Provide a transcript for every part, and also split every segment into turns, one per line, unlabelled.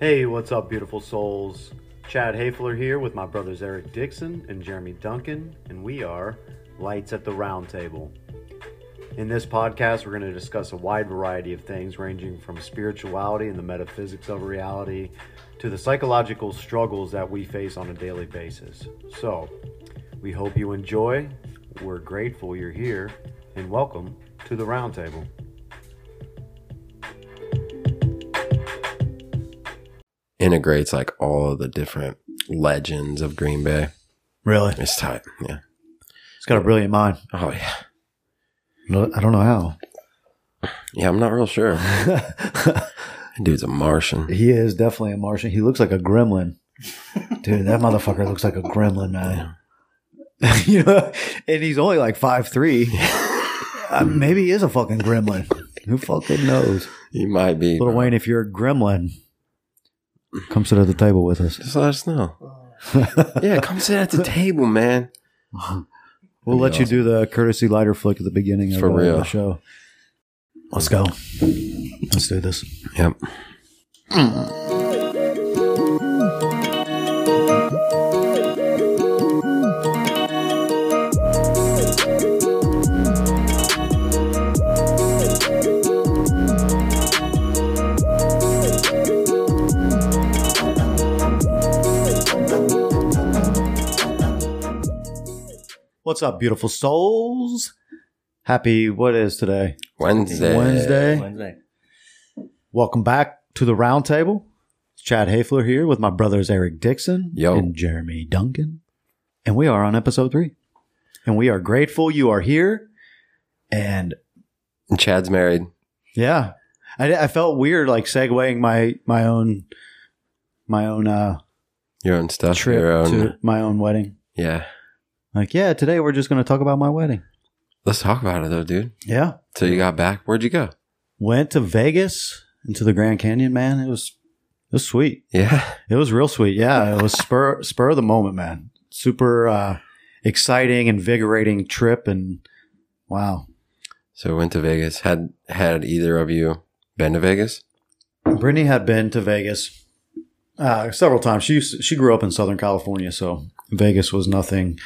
Hey, what's up, beautiful souls? Chad Hayfler here with my brothers Eric Dixon and Jeremy Duncan, and we are Lights at the Round Table. In this podcast, we're going to discuss a wide variety of things, ranging from spirituality and the metaphysics of reality to the psychological struggles that we face on a daily basis. So, we hope you enjoy. We're grateful you're here, and welcome to the Roundtable.
integrates like all the different legends of Green Bay.
Really?
It's tight. Yeah.
It's got a brilliant mind.
Oh yeah.
No, I don't know how.
Yeah, I'm not real sure. That Dude's a Martian.
he is definitely a Martian. He looks like a gremlin. Dude, that motherfucker looks like a gremlin, man. you know, and he's only like five three. Uh, maybe he is a fucking gremlin. Who fucking knows?
He might be.
Little
bro.
Wayne, if you're a gremlin, come sit at the table with us.
Just let us know. yeah, come sit at the table, man.
We'll let you do the courtesy lighter flick at the beginning of
For
uh,
real.
the show. Let's go. Let's do this.
Yep.
What's up, beautiful souls? Happy, what is today?
Wednesday.
Wednesday.
Wednesday.
Welcome back to the roundtable. It's Chad Hayfler here with my brothers Eric Dixon
Yo.
and Jeremy Duncan. And we are on episode three. And we are grateful you are here. And
And Chad's married.
yeah, I, I felt weird like segueing my, my own, my own, uh,
Your own stuff.
trip
your own.
to my own wedding.
Yeah.
Like, yeah, today we're just going to talk about my wedding.
Let's talk about it though, dude.
Yeah.
So you got back. Where'd you go?
Went to Vegas and to the Grand Canyon, man. It was, it was sweet.
Yeah.
It was real sweet. Yeah, it was spur spur of the moment, man. Super uh, exciting, invigorating trip, and wow,
So went to Vegas. Had had either of you been to Vegas?
Brittany had been to Vegas uh, several times. She used she grew up in Southern California, so Vegas was nothing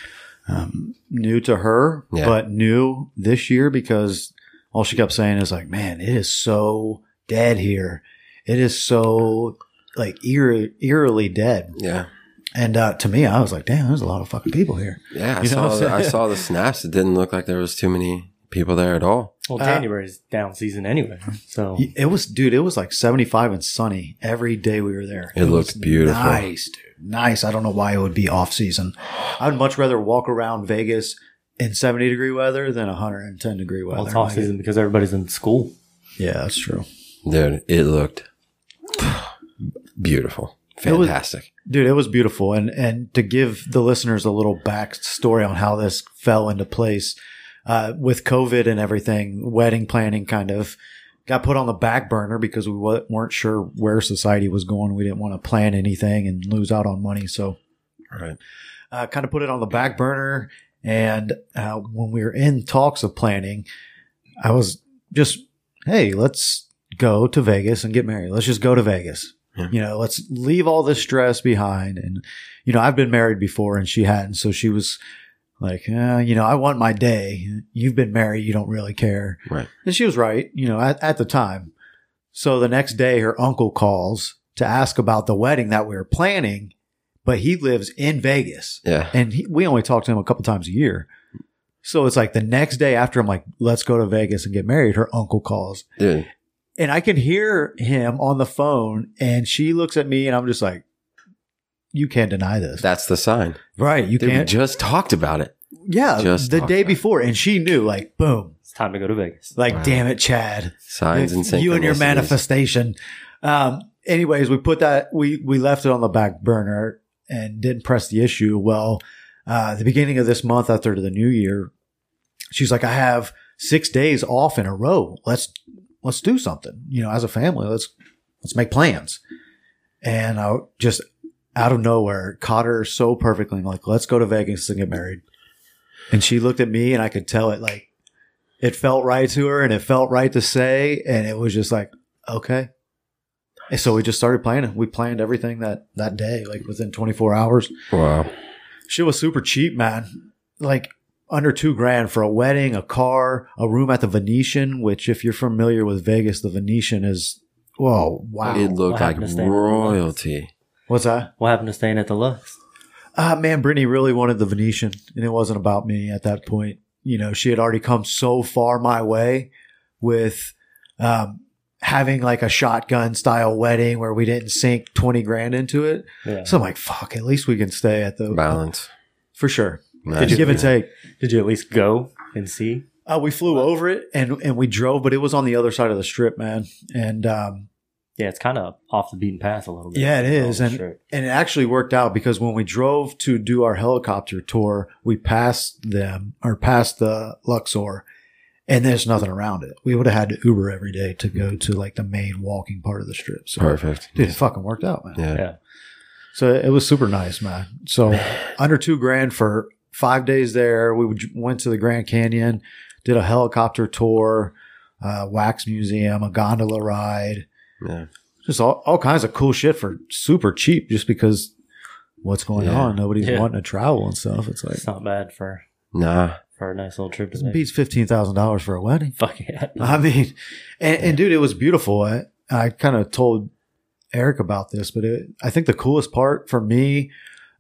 um, new to her,
Yeah.
but new this year because all she kept saying is like, "Man, it is so dead here. It is so like eerie, eerily dead."
Yeah.
And uh, to me, I was like, "Damn, there's a lot of fucking people here."
Yeah. I
You know
saw
what I'm
the, I
saying?
saw the snaps. It didn't look like there was too many people there at all.
Well,
Uh,
January is down season anyway, so
It was, dude. It was like seventy-five and sunny every day we were there.
It looked
was
beautiful.
nice, dude. Nice. I don't know why it would be off season. I would much rather walk around Vegas in seventy-degree weather than hundred and ten degree weather.
well, it's off season because everybody's in school.
Yeah, that's true,
Dude, it looked beautiful.
It was-
Fantastic.
dude. It was beautiful, and and to give the listeners a little backstory on how this fell into place uh, with COVID and everything, wedding planning kind of. Got put on the back burner because we wa- weren't sure where society was going. We didn't want to plan anything and lose out on money. So
right.
uh, kind of put it on the back burner. And uh, when we were in talks of planning, I was just, hey, let's go to Vegas and get married. Let's just go to Vegas.
Yeah.
You know, let's leave all this stress behind. And, you know, I've been married before and she hadn't. So she was like, eh, you know, I want my day. You've been married. You don't really care.
Right.
And she was right, you know, at, at the time. So the next day, her uncle calls to ask about the wedding that we were planning, but he lives in Vegas
Yeah.
and he, we only talk to him a couple times a year. So it's like the next day after I'm like, let's go to Vegas and get married. Her uncle calls,
Dude,
and I can hear him on the phone, and she looks at me, and I'm just like, you can't deny this,
that's the sign.
right? You
Dude, we
can't,
just talked about it.
yeah.
just
the
talked
day
about it.
before, and she knew, like, boom,
It's time to go to Vegas.
like,
Wow.
damn it, Chad,
Signs and synchronicities.
you and your manifestation. Um, anyways, we put that we we left it on the back burner and didn't press the issue. Well, uh, the beginning of this month after the new year, she's like, I have six days off in a row. Let's let's do something. You know, as a family, let's let's make plans. And I just out of nowhere caught her so perfectly. I'm like, let's go to Vegas and get married. And she looked at me, and I could tell it like it felt right to her, and it felt right to say, and it was just like, okay, And so we just started planning. We planned everything that that day, like within 24 hours.
Wow.
Shit was super cheap, man. Like under two grand for a wedding, a car, a room at the Venetian, which if you're familiar with Vegas, the Venetian is whoa, wow.
It
What
looked like
happened to Stan?
royalty.
What's that?
What happened to staying at the Lux?
Ah, man, Brittany really wanted the Venetian, and it wasn't about me at that point. You know, she had already come so far my way with um, having like a shotgun style wedding where we didn't sink 20 grand into it.
Yeah.
So I'm like, fuck, at least we can stay at the
Balance.
For sure.
Nice,
Give and
man.
take.
Did you at least go and see?
Uh, we flew over it and, and we drove, but it was on the other side of the strip, man. And um,
Yeah, it's kind of off the beaten path a little bit.
Yeah, it is,
Oh,
and-
sure.
and it actually worked out because when we drove to do our helicopter tour, we passed them or passed the Luxor, and there's nothing around it. We would have had to Uber every day to go to like the main walking part of the strip. So,
Perfect.
dude, it fucking worked out, man.
Yeah.
yeah.
So it was super nice, man. So under two grand for five days there. We would- went to the Grand Canyon, did a helicopter tour, uh, wax museum, a gondola ride,
Yeah.
just all, all kinds of cool shit for super cheap just because what's going
Yeah.
on. Nobody's
Yeah.
wanting to travel and stuff. It's like,
It's not bad for
Nah.
for a nice little trip to
it
make.
beats $15,000 for a wedding.
Fuck yeah.
I mean, and, and dude, it was beautiful. I, I kind of told Eric about this, but it, I think the coolest part for me,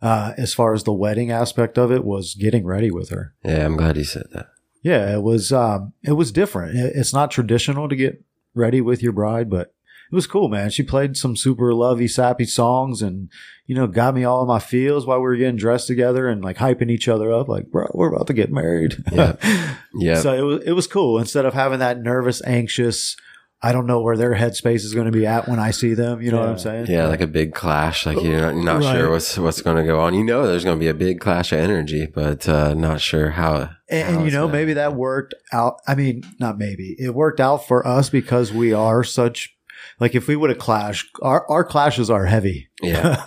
uh, as far as the wedding aspect of it, was getting ready with her.
Yeah, I'm glad you said that.
Yeah, it was. Um, it was different. It- it's not traditional to get ready with your bride, but it was cool, man. She played some super lovey, sappy songs, and you know, got me all in my feels while we were getting dressed together and like hyping each other up, like, bro, we're about to get married.
Yeah.
So it was it was cool. Instead of having that nervous, anxious, I don't know where their headspace is going to be at when I see them. You know what I'm
Yeah.
saying?
yeah, like a big clash. Like you're not, you're not
Oh, Right.
sure what's what's going to go on. You know, there's going to be a big clash of energy, but uh, not sure how.
And, and you know, maybe that worked out. I mean, not maybe it worked out for us because we are such. Like if we would have clashed, our our clashes are heavy.
Yeah,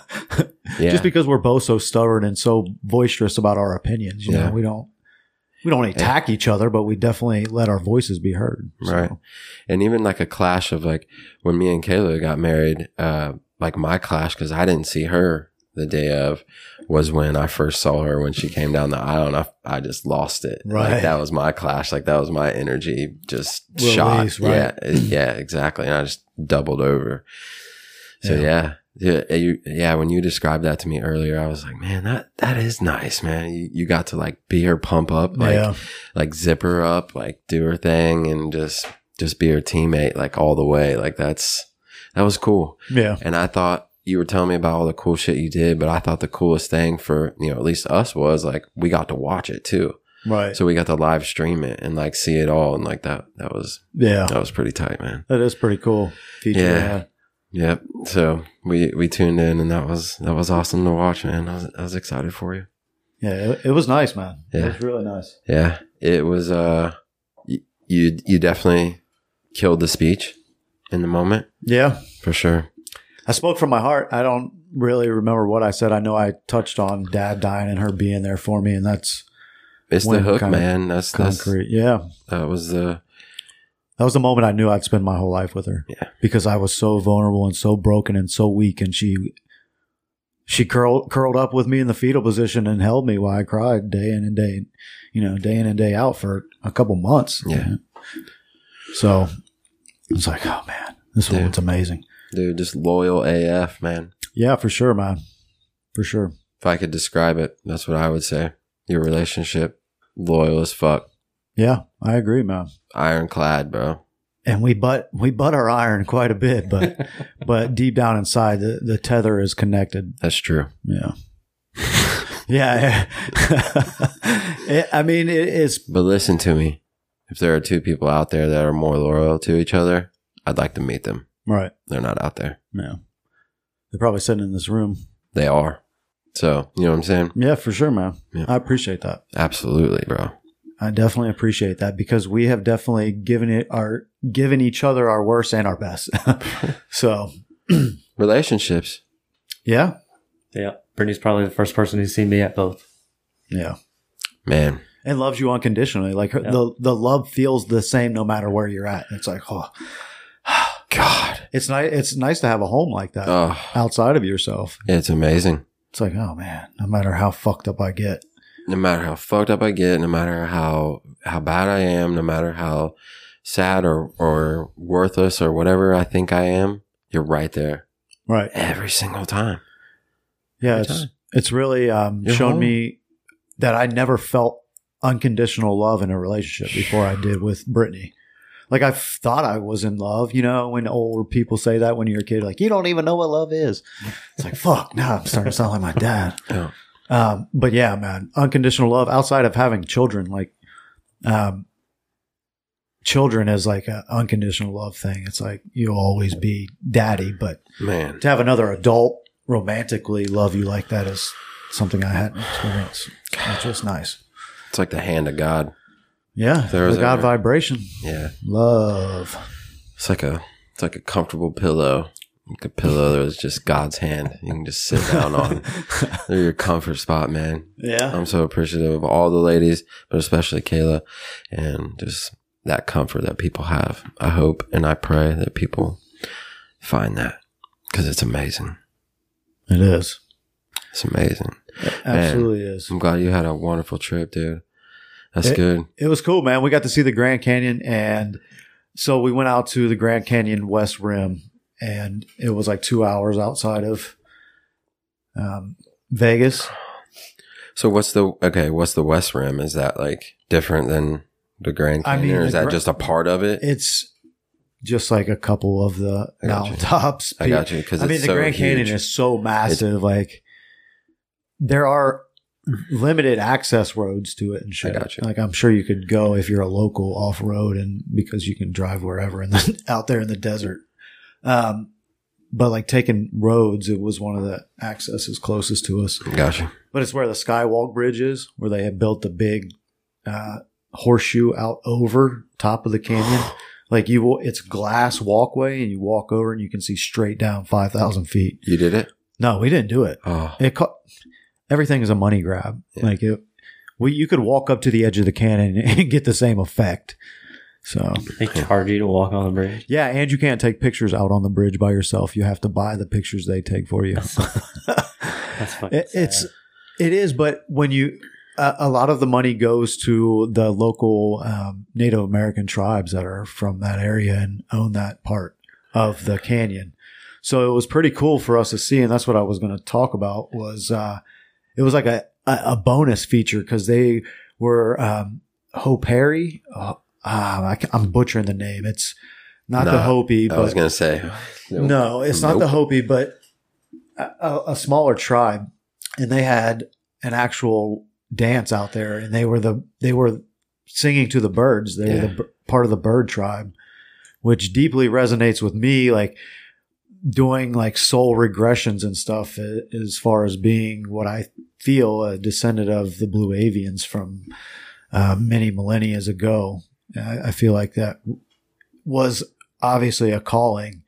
yeah.
Just because we're both so stubborn and so boisterous about our opinions, you
Yeah.
know, we don't we don't attack each other, but we definitely let our voices be heard. So,
Right. and even like a clash of like when me and Kayla got married, uh, like my clash because I didn't see her the day of was when I first saw her when she came down the aisle, and I I just lost it.
Right.
like, that was my clash. Like that was my energy just
Release,
shot.
right.
Yeah, it- yeah, exactly. And I just doubled over. So
Yeah.
yeah. yeah. you, yeah, when you described that to me earlier, I was like, man, that that is nice, man. You, you got to like be her pump up, like
yeah.
like zip her up, like do her thing, and just just be her teammate like all the way. Like that's that was cool.
Yeah.
And I thought you were telling me about all the cool shit you did, but I thought the coolest thing for you know at least us was like we got to watch it too,
Right.
so we got to live stream it and like see it all, and like that that was
yeah.
that was pretty tight, man.
That is pretty cool feature.
Yeah.
yeah.
Yep. So we we tuned in, and that was that was awesome to watch, man. I was I was excited for you.
Yeah, it, it was nice, man. It
Yeah.
was really nice.
Yeah, it was. Uh, y- you you definitely killed the speech in the moment
Yeah.
for sure.
I spoke from my heart. I don't really remember what I said. I know I touched on dad dying and her being there for me, and that's
It's
When
the hook,
con-
man. That's that's
concrete. yeah.
that was the
That was the moment I knew I'd spend my whole life with her.
Yeah.
Because I was so vulnerable and so broken and so weak and she she curled curled up with me in the fetal position and held me while I cried day in and day you know, day in and day out for a couple months.
Yeah.
So it's like, oh man, this
Dude.
woman's amazing.
dude. Just loyal AF, man.
Yeah, for sure, man. For sure.
If I could describe it, that's what I would say. Your relationship, loyal as fuck,
Yeah, I agree, man.
ironclad, bro.
And we butt we butt our iron quite a bit, but but deep down inside the, the tether is connected.
That's true.
Yeah. yeah. It- I mean it is
But listen to me. If there are two people out there that are more loyal to each other, I'd like to meet them.
right.
They're not out there.
No. They're probably sitting in this room.
They are. So you know what I'm saying?
Yeah, for sure, man.
Yeah.
I appreciate that.
Absolutely, bro.
I definitely appreciate that because we have definitely given it our given each other our worst and our best. so
Relationships.
yeah.
yeah. Brittany's probably the first person who's seen me at both.
Yeah.
Man,
and loves you unconditionally. Like her,
Yeah.
the the love feels the same no matter where you're at. It's like, oh,
God,
It's nice. It's nice to have a home like that
Oh,
outside of yourself.
it's amazing.
It's like, oh man, no matter how fucked up I get,
no matter how fucked up I get, no matter how how bad I am, no matter how sad or or worthless or whatever I think I am, you're right there
right?
every single time.
Yeah,
Every
it's
time.
it's really um,
You're
shown
home.
me that I never felt unconditional love in a relationship before I did with Brittany. Like I thought I was in love, you know, when older people say that when you're a kid, like you don't even know what love is. It's like fuck. Now I'm starting to sound like my dad.
Yeah.
Um, but yeah, man, unconditional love outside of having children, like um, children is like an unconditional love thing. It's like you'll always be daddy, but
Man,
to have another adult romantically love you like that is something I hadn't experienced, which was nice.
it's like the hand of God.
Yeah,
There was
the God
a-
vibration,
Yeah.
love.
It's like a it's like a comfortable pillow. Like a pillow that was just God's hand. You can just sit down on. Um, They're your comfort spot, man.
Yeah,
I'm so appreciative of all the ladies, but especially Kayla and just that comfort that people have. I hope and I pray that people find that because it's amazing.
it is.
It's amazing.
It absolutely is.
I'm glad you had a wonderful trip, dude. That's
It-
good.
It was cool, man. We got to see the Grand Canyon, and so we went out to the Grand Canyon West Rim, and it was like two hours outside of um, Vegas.
So what's the okay? What's the West Rim? Is that like different than the Grand
I
Canyon,
mean,
or
the
is that
Gra-
just a part of it?
It's just like a couple of the
I got you.
mountaintops.
I got you because
I mean,
it's
the
so
Grand Canyon
huge.
is so massive. like, there are limited access roads to it and shit.
got you.
Like, I'm sure you could go if you're a local off road and because you can drive wherever and then out there in the desert. Um, but like taking roads, it was one of the accesses closest to us.
Got you.
But it's where the Skywalk Bridge is, where they have built the big uh, horseshoe out over top of the canyon. Like you, will, it's glass walkway, and you walk over, and you can see straight down five thousand feet.
You did it.
No, we didn't do it.
Oh,
It co- everything is a money grab.
Yeah.
Like it, we you could walk up to the edge of the cannon and get the same effect. So
They charge you to walk on the bridge.
yeah, and you can't take pictures out on the bridge by yourself. You have to buy the pictures they take for you.
That's fucking
it, it's
sad.
it is, but when you a a lot of the money goes to the local um, Native American tribes that are from that area and own that part of the canyon. So it was pretty cool for us to see, and that's what I was going to talk about. Was uh, it was like a a, a bonus feature because they were um, Hopari. Uh, I, am butchering the name. It's not the
Nah,
Hopi,
I was
but
gonna say
no, it's not the Hopi, but a- a, a smaller tribe, and they had an actual dance out there, and they were the they were singing to the birds. They were the,
Yeah.
bir- part of the bird tribe, which deeply resonates with me. Like doing like soul regressions and stuff, a- as far as being what I feel a descendant of the blue avians from uh, many millennia ago. I, I feel like that was obviously a calling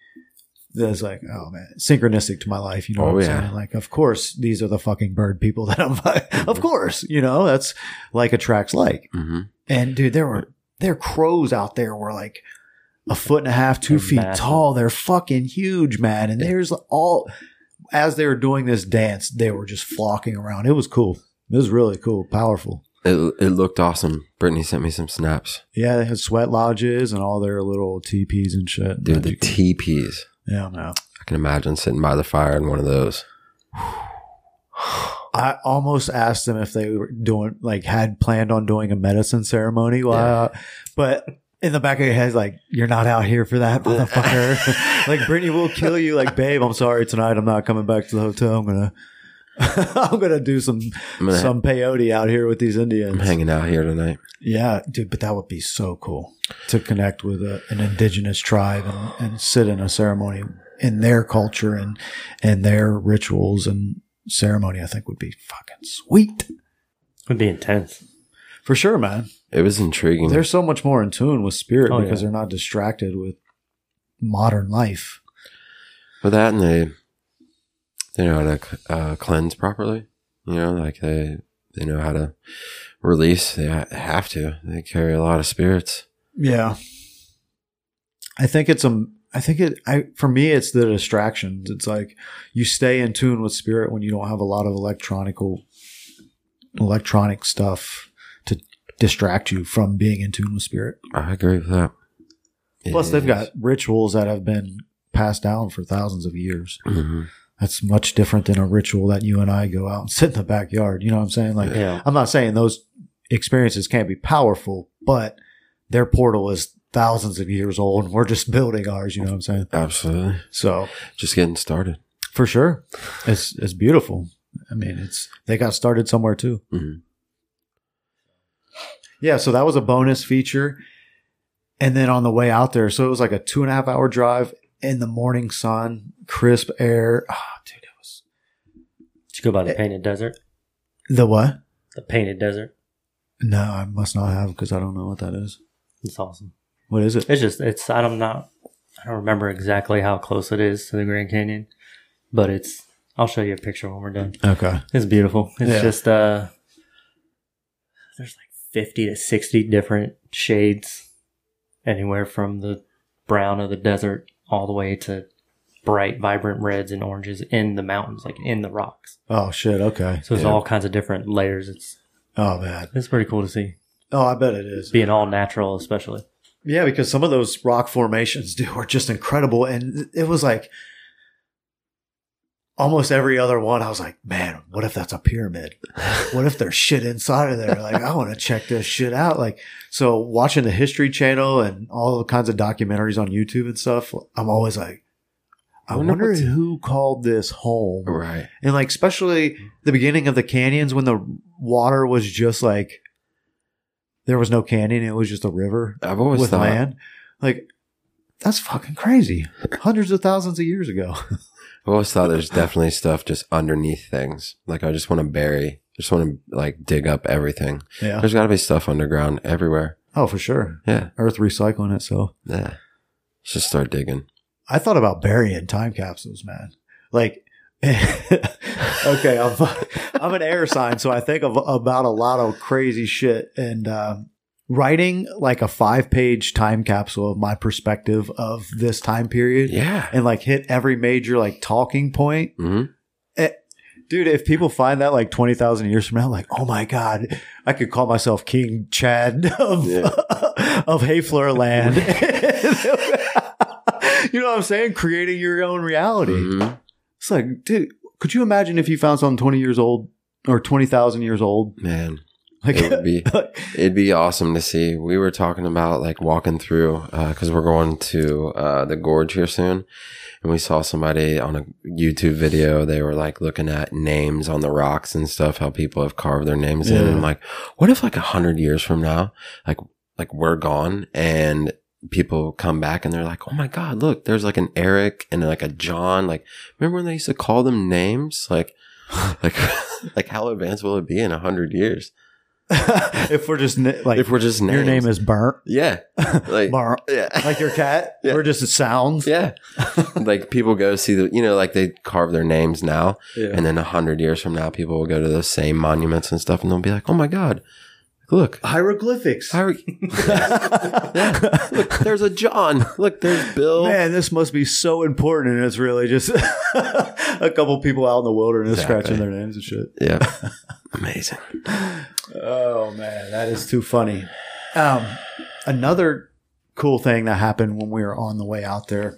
that's like, oh man, synchronistic to my life. You
Oh,
know what I'm
yeah.
saying? Like, of course, these are the fucking bird people that I'm, of course, you know, that's like attracts like.
hmm
And dude, there were, there crows out there were like, a foot and a half, 2
They're
feet
massive.
tall. They're fucking huge, man. And
Yeah.
there's all, as they were doing this dance, they were just flocking around. It was cool. It was really cool, powerful.
It it looked awesome. Brittany sent me some snaps,
Yeah, they had sweat lodges and all their little teepees and shit.
dude. The teepees.
yeah, man.
I can imagine sitting by the fire in one of those.
I almost asked them if they were doing like had planned on doing a medicine ceremony, while, but in the back of your head, like you're not out here for that, motherfucker. like Brittany will kill you. Like, babe, I'm sorry tonight. I'm not coming back to the hotel. I'm gonna, I'm gonna do some
I'm, gonna,
some peyote out here with these
I'm
Indians.
hanging out here tonight.
Yeah, dude, but that would be so cool to connect with a, an indigenous tribe and, and sit in a ceremony in their culture and and their rituals and ceremony. I think would be fucking sweet
It'd be intense.
for sure, man.
It was intriguing.
They're so much more in tune with spirit
Mm-hmm. Oh,
because
yeah.
they're not distracted with modern life.
But that and they, they know how to uh, cleanse properly. You know, like they they know how to release. They ha- have to. They carry a lot of spirits.
Yeah. I think it's um I think it. I for me, it's the distractions. It's like you stay in tune with spirit when you don't have a lot of electronical, electronic stuff to distract you from being in tune with spirit.
I agree with that. It
Plus,
is.
they've got rituals that have been passed down for thousands of years.
Mhm.
That's much different than a ritual that you and I go out and sit in the backyard. You know what I'm saying? Like,
Yeah.
I'm not saying those experiences can't be powerful, but their portal is thousands of years old and we're just building ours. You know what I'm saying?
Absolutely.
So
Just getting started.
for sure, it's, it's beautiful. I mean, it's, they got started somewhere too.
Mhm.
Yeah. So that was a bonus feature. And then on the way out there, so it was like a two and a half hour drive in the morning sun, crisp air. Ah, dude, it was
Did you go by the painted desert?
the what?
The painted desert.
No, I must not have because I don't know what that is.
It's awesome.
What is it?
It's just it's I don't not I don't remember exactly how close it is to the Grand Canyon, but it's I'll show you a picture when we're done.
Okay.
It's beautiful. It's
Yeah.
just uh there's like 50 to 60 different shades anywhere from the brown of the desert all the way to bright vibrant reds and oranges in the mountains like in the rocks.
Oh, shit. Okay.
So there's
Yeah.
all kinds of different layers. It's
Oh, man.
it's pretty cool to see.
Oh, I bet it is.
Being all natural especially.
Yeah, because some of those rock formations, dude, were just incredible. And it was like almost every other one, I was like, man, what if that's a pyramid? What if there's shit inside of there? Like, I want to check this shit out. Like, so watching the History Channel and all kinds of documentaries on YouTube and stuff, I'm always like, I
Wonder
wonder
what's-
who called this home.
Right.
And like, especially the beginning of the canyons when the water was just like, there was no canyon. It was just a river
I've always
with
thought
land. Like that's fucking crazy. Hundreds of thousands of years ago.
I've always thought there's definitely stuff just underneath things. Like I just want to bury. I just want to like dig up everything.
Yeah.
There's got to be stuff underground everywhere.
Oh, for sure.
Yeah.
Earth recycling itself.
Yeah. Let's just start digging.
I thought about burying time capsules, man. Like, okay, I'm I'm an air sign, so I think of about a lot of crazy shit and um, writing like a five page time capsule of my perspective of this time period.
Yeah.
And like hit every major like talking point
hmm
Dude, if people find that like 20,000 years from now, like, oh my God, I could call myself King Chad of,
Yeah.
of Hayfleur land. you know what I'm saying? Creating your own reality.
Mm-hmm.
It's like, dude, could you imagine if you found something 20 years old or 20,000 years old?
Man,
Like,
it would be
like,
it'd be awesome to see. We were talking about like walking through because we're going to uh, the gorge here soon, and we saw somebody on a YouTube video. They were like looking at names on the rocks and stuff, how people have carved their names in. And I'm
Yeah.
like, what if like a hundred years from now, like like we're gone and people come back and they're like, oh my god, look, there's like an Eric and like a John. Like, remember when they used to call them names? Like, like like how advanced will it be in a hundred years?
if we're just ni- like,
if we're just names.
your name is Burnt,
yeah, like
Burnt,
yeah,
like your cat,
Yeah.
we're just sounds.
yeah. like people go see the you know like they carve their names now, and then a hundred years from now, people will go to those same monuments and stuff, and they'll be like, oh my god, look.
Hieroglyphics.
How are look, there's a John. Look, there's Bill.
Man, this must be so important, and it's really just a couple people out in the wilderness
Exactly.
scratching their names and shit.
Yeah, amazing.
Oh man, that is too funny. Um, another cool thing that happened when we were on the way out there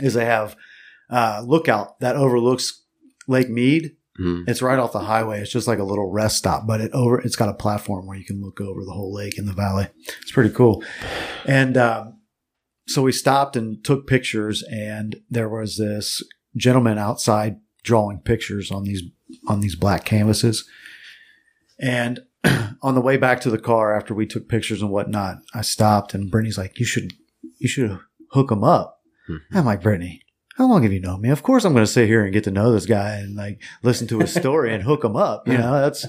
is they have uh, lookout that overlooks Lake Mead.
Mm.
It's right off the highway. It's just like a little rest stop, but it over it's got a platform where you can look over the whole lake and the valley. It's pretty cool. And um, so we stopped and took pictures, and there was this gentleman outside drawing pictures on these on these black canvases. And on the way back to the car after we took pictures and whatnot, I stopped and Brittany's like, "You should you should hook him up."
Mhm.
I'm like, "Brittany, how long have you known me? Of course I'm going to sit here and get to know this guy and like listen to his story and hook him up. You know, that's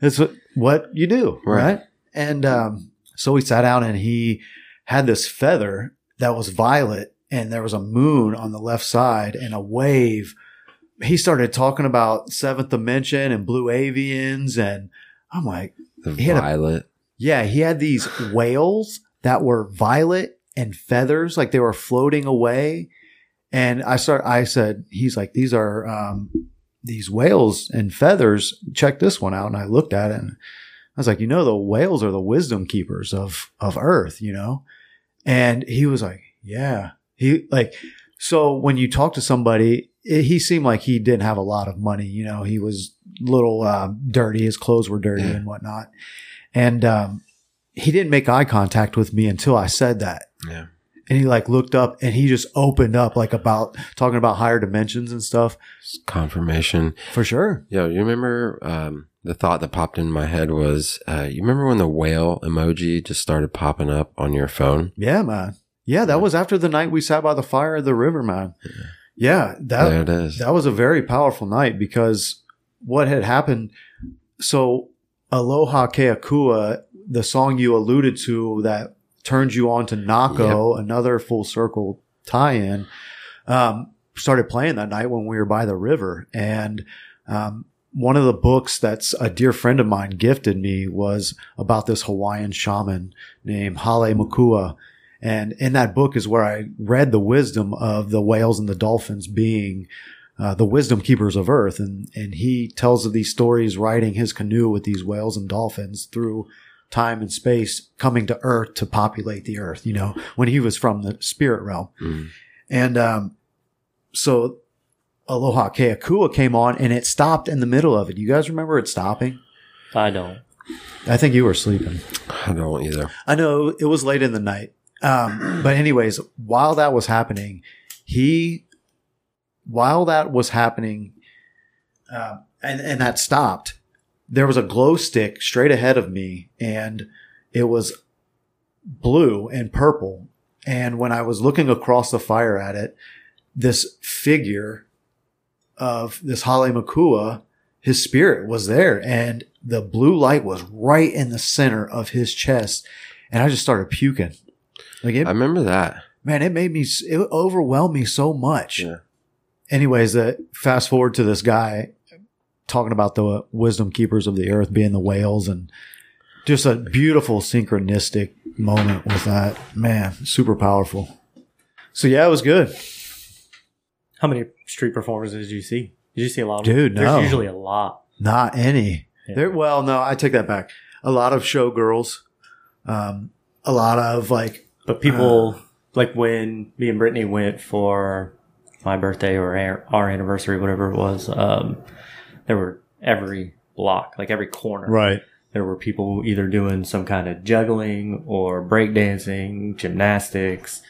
that's what, what you do,
Right.
right? And um, so we sat down and he had this feather that was violet and there was a moon on the left side and a wave. He started talking about seventh dimension and blue avians and I'm like,
The
He had a-
violet.
yeah, he had these whales that were violet and feathers, like they were floating away. And I start, I said, he's like, these are um, these whales and feathers. Check this one out. And I looked at it and I was like, you know, the whales are the wisdom keepers of of Earth, you know. And he was like, yeah, he like. So when you talk to somebody, it, he seemed like he didn't have a lot of money. You know, he was little um, dirty. His clothes were dirty
Yeah.
and whatnot. And um, he didn't make eye contact with me until I said that.
Yeah.
And he like looked up and he just opened up like about talking about higher dimensions and stuff.
It's confirmation.
For sure.
Yo, you remember um, the thought that popped in my head was uh, you remember when the whale emoji just started popping up on your phone?
Yeah, man. Yeah, that was after the night we sat by the fire of the river, man. Yeah, that
there it is.
that was a very powerful night because what had happened so aloha keakua the song you alluded to that turned you on to nako another full circle tie-in um, started playing that night when we were by the river and um, one of the books that's a dear friend of mine gifted me was about this hawaiian shaman named hale makua and in that book is where i read the wisdom of the whales and the dolphins being uh, the wisdom keepers of earth and and he tells of these stories riding his canoe with these whales and dolphins through time and space coming to earth to populate the earth you know when he was from the spirit realm
Mm.
and um, so aloha keakua came on and it stopped in the middle of it you guys remember it stopping
I don't.
i think you were sleeping
I don't either.
I know it was late in the night. Um, but anyways, while that was happening, he, while that was happening, uh, and, and that stopped, there was a glow stick straight ahead of me and it was blue and purple. And when I was looking across the fire at it, this figure of this Hale Makua, his spirit was there and the blue light was right in the center of his chest. And I just started puking. Like it,
I remember that.
man, it made me, s- it overwhelmed me so much.
Yeah.
Anyways, uh, fast forward to this guy talking about the wisdom keepers of the earth being the whales and just a beautiful synchronistic moment with that. Man, super powerful. So yeah, it was good.
How many street performances did you see? Did you see a lot? Of
Dude,
There's
no.
usually a lot.
Not any.
Yeah.
There, well, no, I take that back. A lot of showgirls, um, a lot of like,
But
Uh.
people like when me and Brittany went for my birthday or our, our anniversary, whatever it was. Um, there were every block, like every corner,
right?
there were people either doing some kind of juggling or breakdancing, gymnastics,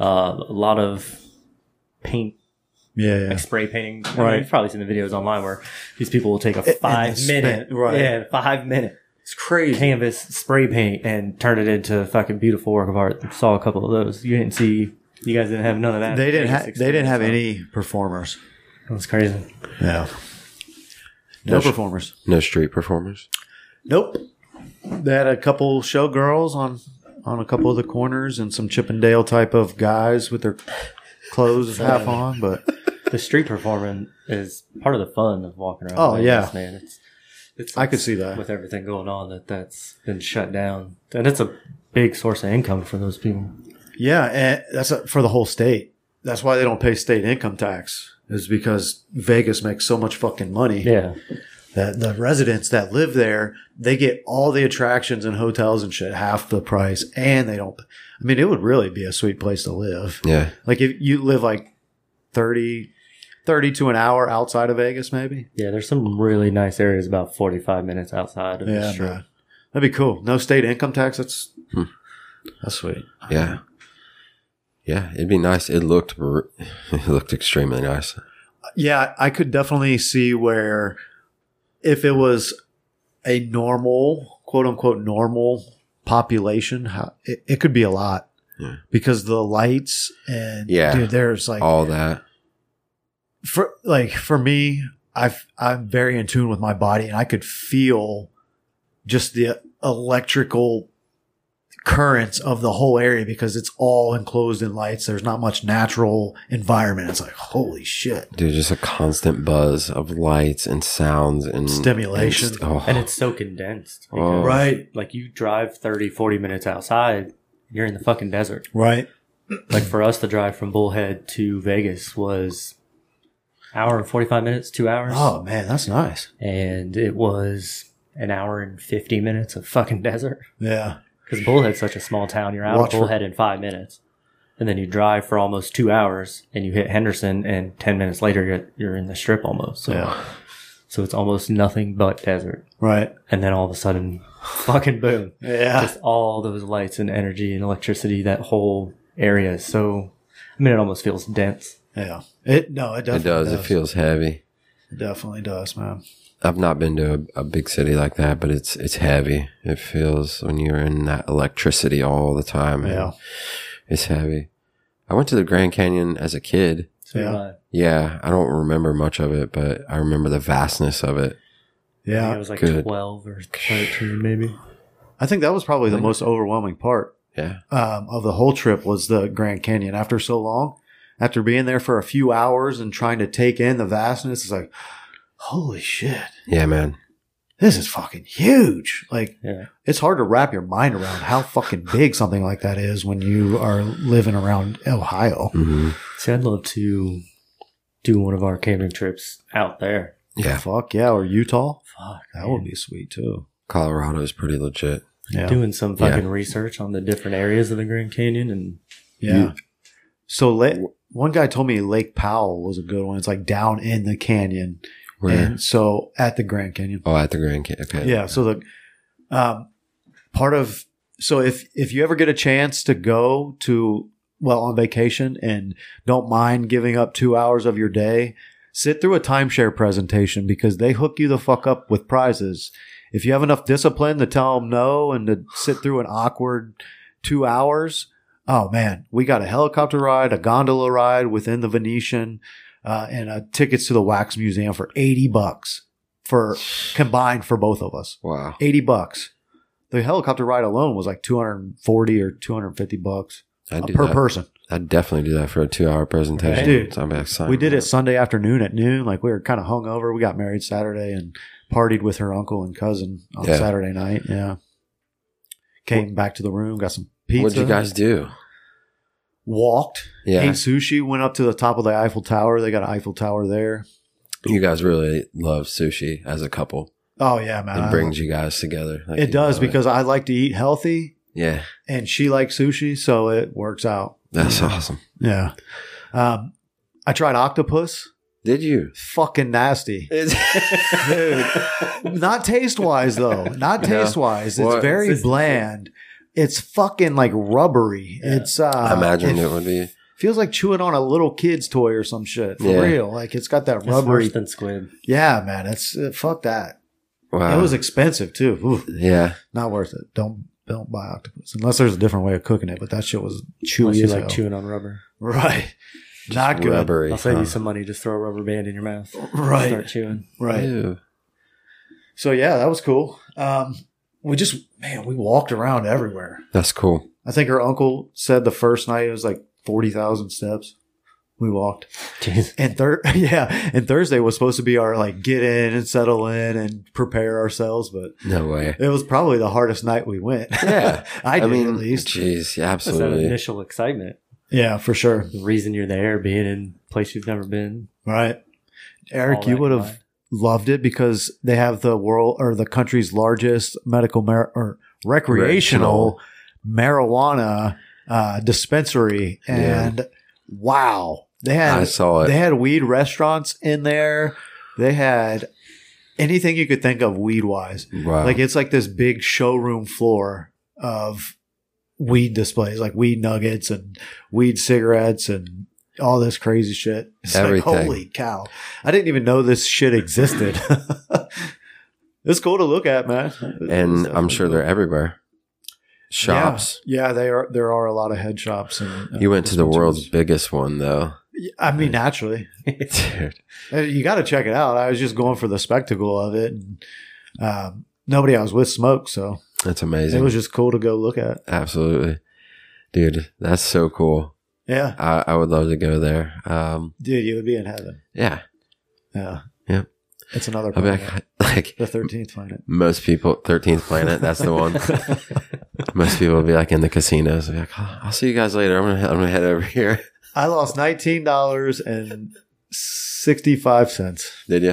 uh, a lot of paint,
Yeah,
like
yeah.
spray painting. I mean,
Right.
you've probably seen the videos online where these people will take a
And- and
five
they
minute,
spin- right.
yeah, five minute
it's crazy.
canvas spray paint and turn it into a fucking beautiful work of art. Saw a couple of those. You didn't see. You guys didn't have none of that.
They didn't have,
Vegas
they didn't have
experience,
any performers.
huh? That's crazy.
Yeah, no
Yes.
performers.
No street performers.
Nope. They had a couple showgirls on on a couple of the corners and some Chippendale type of guys with their clothes half on, but
The street performing is part of the fun of walking around.
Oh,
Vegas,
yeah.
man. It's, it's
I could see that.
with everything going on that that's been shut down, and it's a big source of income for those people.
Yeah, and that's uh, for the whole state. That's why they don't pay state income tax. Is because Vegas makes so much fucking money
Yeah,
that the residents that live there they get all the attractions and hotels and shit half the price, and they don't. I mean, it would really be a sweet place to live.
Yeah.
Like if you live like 30, 30 to an hour outside of Vegas, maybe.
yeah. There's some really nice areas about 45 minutes outside of the
Yeah,
strip.
man. that'd be cool. No state income tax. That's
Hmm.
that's sweet.
Yeah. Yeah. It'd be nice. It looked, br- it looked extremely nice.
Yeah, I could definitely see where if it was a normal, quote unquote, normal population, how, it, it could be a lot
Yeah.
because the lights and
Yeah.
dude, there's like
All that.
for like for me, I've I'm very in tune with my body, and I could feel just the electrical currents of the whole area because it's all enclosed in lights. There's not much natural environment. It's like holy shit.
Dude, just a constant buzz of lights and sounds and
Stimulation.
And st- oh.
And it's so condensed.
Oh.
because,
Right.
Like you drive 30, 40 minutes outside You're in the fucking desert.
Right.
Like for us, the drive from Bullhead to Vegas was hour and forty five minutes, two hours,
Oh man, that's nice.
and it was an hour and fifty minutes of fucking desert.
Yeah.
Because Bullhead's such a small town. You're out
Watch for-
of Bullhead in five minutes. And then you drive for almost two hours and you hit Henderson, and 10 minutes later, you're, you're in the strip almost. So,
Yeah.
so it's almost nothing but desert.
Right.
And then all of a sudden, fucking boom.
Yeah.
Just all those lights and energy and electricity, that whole area is so. I mean, it almost feels dense.
Yeah. It no, it
It
definitely
does.
does.
It feels heavy.
It definitely does, man.
I've not been to a, a big city like that, but it's it's heavy. It feels when you're in that electricity all the time. man.
Yeah.
it's heavy. I went to the Grand Canyon as a kid.
So
Yeah.
uh,
Yeah, I don't remember much of it, but I remember the vastness of it.
I think
Yeah.
it was like
Good.
12 or 13, maybe.
I think that was probably the
Really?
most overwhelming part
Yeah,
um, of the whole trip was the Grand Canyon. After so long, after being there for a few hours and trying to take in the vastness, it's like, holy shit,
yeah, man.
this is fucking huge. Like,
Yeah.
it's hard to wrap your mind around how fucking big something like that is when you are living around Ohio.
hmm
See, I'd love to do one of our camping trips out there.
Yeah,
Fuck yeah, or Utah.
Fuck.
That would
man.
be sweet too.
Colorado is pretty legit.
Yeah.
doing some
Yeah.
fucking research on the different areas of the Grand Canyon and
Yeah. So la- one guy told me Lake Powell was a good one. It's like down in the canyon,
Where?
and so at the Grand Canyon.
oh, at the Grand Canyon. Okay.
Yeah. So the um, part of so if if you ever get a chance to go to well on vacation and don't mind giving up two hours of your day, sit through a timeshare presentation because they hook you the fuck up with prizes. If you have enough discipline to tell them no and to sit through an awkward two hours, oh man, we got a helicopter ride, a gondola ride within the Venetian, uh, and uh, tickets to the Wax Museum for eighty bucks for combined for both of us.
Wow.
80 bucks. The helicopter ride alone was like 240 or 250 bucks
I
uh,
do
per
that.
person.
I'd definitely do that for a two-hour presentation.
Dude,
So I'm like, sign
We did
me
it
up.
Sunday afternoon at noon. Like we were kind of hungover. We got married Saturday and partied with her uncle and cousin on
Yeah.
Saturday night. Yeah. Came back to the room, got some pizza.
What'd you guys do?
walked?
Yeah,
Ate sushi, went up to the top of the Eiffel Tower. They got an Eiffel Tower there.
you guys really love sushi as a couple.
Oh yeah, man.
It
I-
brings you guys together. Like,
it
you
does
love it.
because I like to eat healthy
yeah,
and she likes sushi, so it works out.
that's awesome.
Yeah. Um, I tried octopus.
Did you?
Fucking nasty. Dude. Not taste wise though. Not
Yeah.
taste wise. It's
What?
very
It's just-
bland. It's fucking like rubbery.
Yeah.
It's uh
I imagined
it,
it would be.
feels like chewing on a little kid's toy or some shit. For
Yeah.
real. Like it's got that
it's worse
rubbery.
than squid.
Yeah, man. It's uh, fuck that.
Wow.
Uh.
It was expensive too. Oof,
yeah.
not worth it. Don't don't buy octopus unless there's a different way of cooking it. But that shit was
Unless
chewy
you
as
like
hell.
chewing on rubber.
Right. Not good.
Rubbery.
I'll save
huh?
you some money. Just throw a rubber band in your mouth. Start
Right.
chewing.
Right.
Ew.
So yeah, that was cool. Um, we just man, we walked around everywhere.
That's cool.
I think her uncle said the first night it was like forty thousand steps we walked.
Jeez.
And third, yeah, and Thursday was supposed to be our like get in and settle in and prepare ourselves, but
No way.
it was probably the hardest night we went.
Yeah.
I, did at least.
Jeez. Yeah,
That's that
absolutely.
initial excitement.
Yeah, for sure.
The reason you're there, being in a place you've never been.
Right,
all
Eric, you
that
would have
combined.
loved it because they have the world or the country's largest medical mar- or recreational marijuana uh, dispensary,
Yeah.
and wow, they
I
had
saw
they
it.
had weed restaurants in there. They had anything you could think of weed wise.
wow.
Like it's like this big showroom floor of weed displays, like weed nuggets and weed cigarettes and all this crazy shit. It's like,
Everything.
holy cow. I didn't even know this shit existed. it's cool to look at, man.
and I'm sure they're everywhere.
Yeah.
Shops.
Yeah, they are there are a lot of head shops and uh,
You went to the world's
dispensaries.
biggest one, though.
I mean naturally.
Dude.
Uh, You got to check it out. I was just going for the spectacle of it. And, um, nobody I was with smoked, so
That's
it
amazing.
was just cool to go look at.
absolutely. Dude, that's so cool.
Yeah,
I, I would love to go there. Um,
dude, you would be in heaven.
yeah.
Yeah,
Yep.
It's another
I'll be
planet.
like, like
the thirteenth planet.
most people, 13th planet, that's the one. most people will be like in the casinos. Be like, "Oh, I'll see you guys later. I'm gonna, I'm gonna head over here.
I lost nineteen dollars and sixty five cents.
Did you?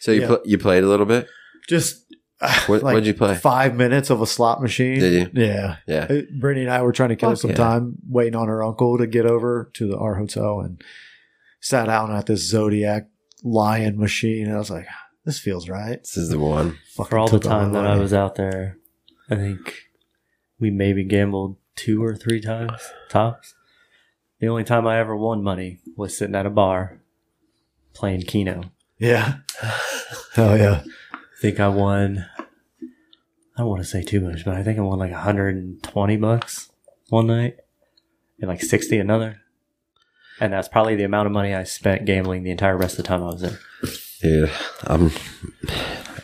So you
Yeah.
pl- you played a little bit.
Just uh,
What- what'd you play?
Five minutes of a slot machine.
Did
Yeah.
Yeah.
Uh, Brittany and I were trying to kill
Fuck
some
yeah.
time waiting on her uncle to get over to the, our hotel and sat down at this Zodiac lion machine. And I was like, this feels right.
This is the one.
Fucking
For all the
took all
time
my
that I
money.
was out there, I think we maybe gambled two or three times tops. The only time I ever won money was sitting at a bar playing Keno.
Yeah. Hell yeah.
I think I won. I don't want to say too much, but I think I won like 120 bucks one night and like 60 another. And that's probably the amount of money I spent gambling the entire rest of the time I was there.
Dude, I'm.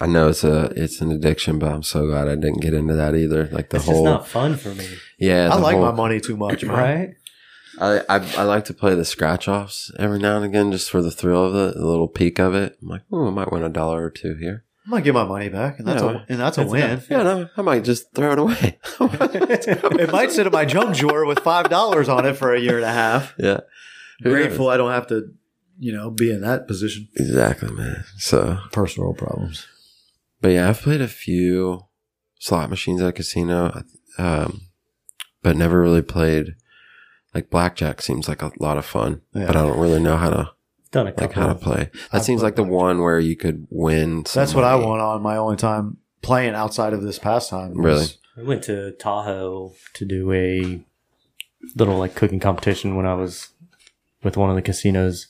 I know it's a it's an addiction, but I'm so glad I didn't get into that either. Like the
It's just
whole,
not fun for me,
yeah.
I
the
like
whole-
my money too much, man.
right?
I, I I like to play the scratch offs every now and again, just for the thrill of it, a little peek of it. I'm like, oh, I might win a dollar or two here.
I'm going to get my money back. And that's,
Yeah.
a, and that's a
That's
win.
enough.
Yeah, no, I might just throw it away.
It might sit in my junk drawer with $5 on it for a year and a half.
yeah, Who knows?
Grateful I don't have to, you know, be in that position.
Exactly, man. So,
Personal problems.
but yeah, I've played a few slot machines at a casino, um, but never really played. Like blackjack seems like a lot of fun,
Yeah.
but I don't really know how to
Done a
like
couple.
how to play. That
I've
seems
played
like the
blackjack.
one where you could win.
So
some
that's what I
money.
want on my only time playing outside of this pastime. was-
Really?
I went to Tahoe to do a little like cooking competition when I was with one of the casinos.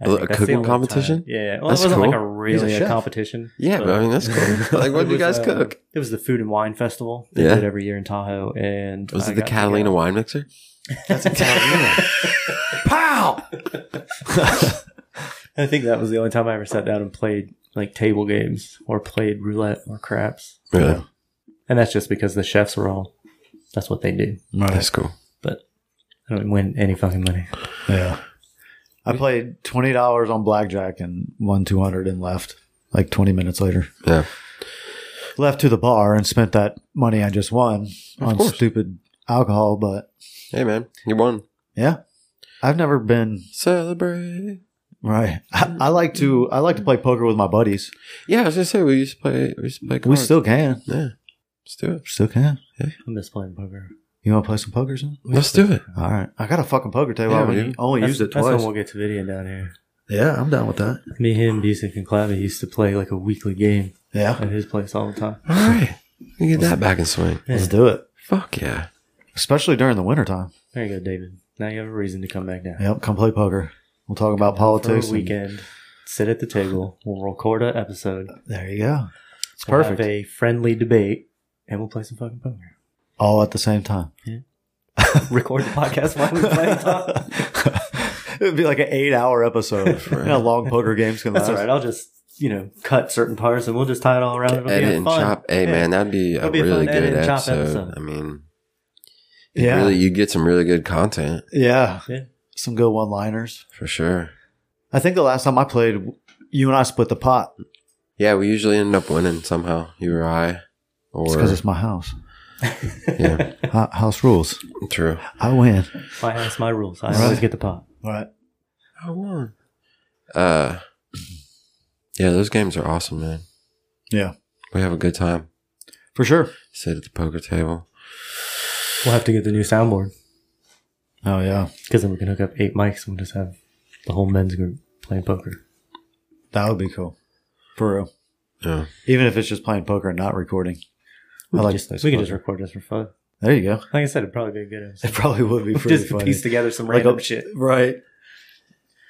I
A
think
li- a
that's the
cooking
only time-
competition?
Yeah, well,
That's
it wasn't like
cool.
a
He's a
really a,
chef.
competition.
Yeah, but I mean that's cool. like, what
It
did you guys
was, uh,
cook?
It was the food and wine festival they
Yeah.
did every year in Tahoe, and
Was
I
it the
got to
Catalina
go-
wine mixer?
That's a Catalina. Pow!
I think that was the only time I ever sat down and played like table games or played roulette or craps,
Really?
Yeah.
and that's just because the chefs were all. That's what they do.
That's cool.
I don't win any fucking money.
Yeah. I played twenty dollars on blackjack and won two hundred and left like twenty minutes later.
Yeah.
Left to the bar and spent that money I just won
Of
on
course.
stupid alcohol, but
Hey man, you won.
yeah. I've never been
Celebrate.
right. I, I like to I like to play poker with my buddies.
Yeah, I was gonna say we used to play. We used to play.
We
Cards.
still can.
Yeah, let's do it.
Still can.
I miss playing poker.
You wanna play some poker soon?
Let's do it.
All right. I got a fucking poker table.
Yeah,
I only,
dude.
only
That's-
used it
That's
twice.
when we'll get to video down here.
Yeah, I'm down with that.
Me, him, Busick, and Clavy used to play like a weekly game
Yeah.
at his place all the time.
All right, we get that back in swing.
Let's do it.
Fuck yeah.
Especially during the wintertime.
There you go, David. Now you have a reason to come back down.
Yep, come play poker. We'll talk about politics.
For a
and-
weekend. Sit at the table. We'll record an episode.
There you go. It's
We'll
perfect.
Have a friendly debate, and we'll play some fucking poker.
All at the same time.
record the podcast while we play. Tom.
it would be like an eight hour episode. You know how long poker games can
That's
last.
all right. I'll just you know cut certain parts, and we'll just tie it all around. It'll
edit
be
and
fun.
chop. Hey
Yeah.
man, that'd be a
It'll be a fun
really
edit
good
and chop
episode.
episode.
I mean,
Yeah.
really, you get some really good content
yeah.
Yeah.
Some good one liners.
for sure.
I think the last time I played, you and I split the pot.
Yeah, we usually end up winning somehow. You or I, or
It's because it's my house.
yeah,
Ho- house rules.
true.
I win.
My house, my rules. I
Right.
always get the pot.
All right.
I won. Uh, yeah, those games are awesome, man.
Yeah.
We have a good time.
For sure.
Sit at the poker table.
We'll have to get the new soundboard
Oh, yeah.
because then we can hook up eight mics and we'll just have the whole men's group playing poker.
That would be cool. For real.
Yeah,
Even if it's just playing poker and not recording.
We
I
could
like
just,
this
we could
poker.
just record this for fun.
There you go.
Like I said, it'd probably be a good episode.
It probably would be pretty
just
funny.
piece together some
Like a-
random shit.
Right.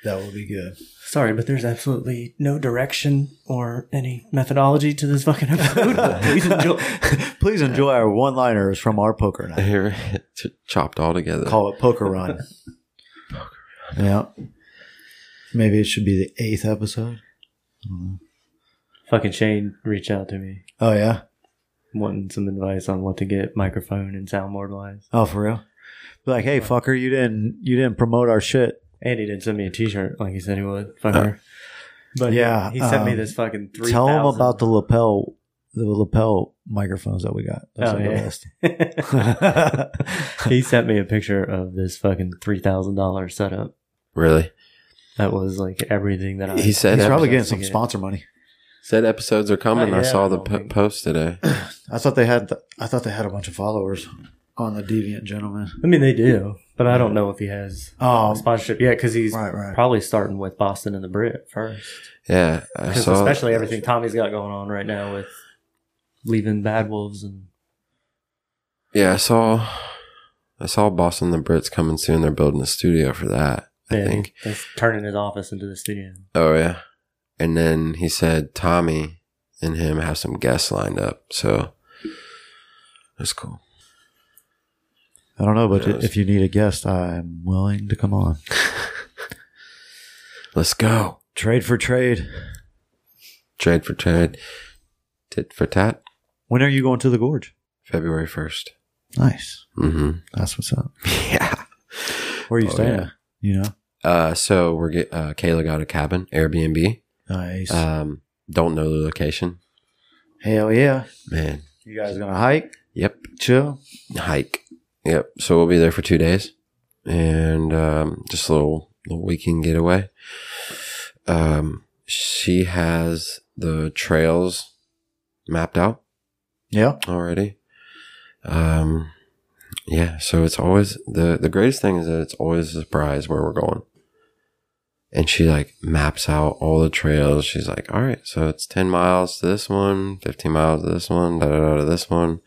That would be good.
Sorry, but there's absolutely no direction or any methodology to this fucking episode. Please enjoy.
Please enjoy our one liners from our poker night.
here t- chopped all together.
Call it Poker Run. yeah. Maybe it should be the eighth episode.
Fucking Shane reached out to me
Oh, yeah.
wanting some advice on what to get microphone and soundboard wise.
Oh, for real? Be like, hey, fucker, you didn't you didn't promote our shit.
And he didn't send me a t shirt like he said he would. Fucker. But
Yeah,
he, he sent me
um,
this fucking three.
Tell them about the lapel, the lapel microphones that we got. That's
Oh,
on the
yeah.
list.
he sent me a picture of this fucking three thousand dollar setup.
Really?
That was like everything that I.
He said
He's probably
episodes,
getting some
Again.
sponsor money.
said episodes are coming.
Oh,
I
yeah,
saw
I
the
don't
po
think-
post today.
I thought they had. I thought they had a bunch of followers on the Deviant Gentleman.
I mean, they do, but I don't know if he has
Oh,
sponsorship yet because he's
right, right.
probably starting with Boston and the Brit first.
Yeah, I
Because
saw.
especially everything Tommy's got going on right now with leaving Bad Wolves and
Yeah, I saw. I saw Boston the Brits coming soon. They're building a studio for that. I
and
think.
he's turning his office into the studio.
Oh yeah, and then he said Tommy and him have some guests lined up. So that's cool.
I don't know, but
Yes.
if you need a guest, I'm willing to come on.
Let's go.
Trade for trade.
Trade for trade, tit for tat.
When are you going to the gorge?
February first.
Nice.
Mm-hmm.
That's what's up.
Yeah.
Where are you
Oh,
staying?
yeah.
at? You know.
Uh, so we're get uh, Kayla got a cabin, Airbnb.
Nice.
Um, don't know the location.
Hell yeah.
Man.
You guys gonna hike?
Yep.
Chill.
Hike. Yep. So we'll be there for two days, and um, just a little little weekend getaway. Um, she has the trails mapped out
Yeah.
already. Um, yeah. So it's always the the greatest thing is that it's always a surprise where we're going. And she like maps out all the trails. She's like, all right, so it's 10 miles to this one, 15 miles to this one, da da da to this one.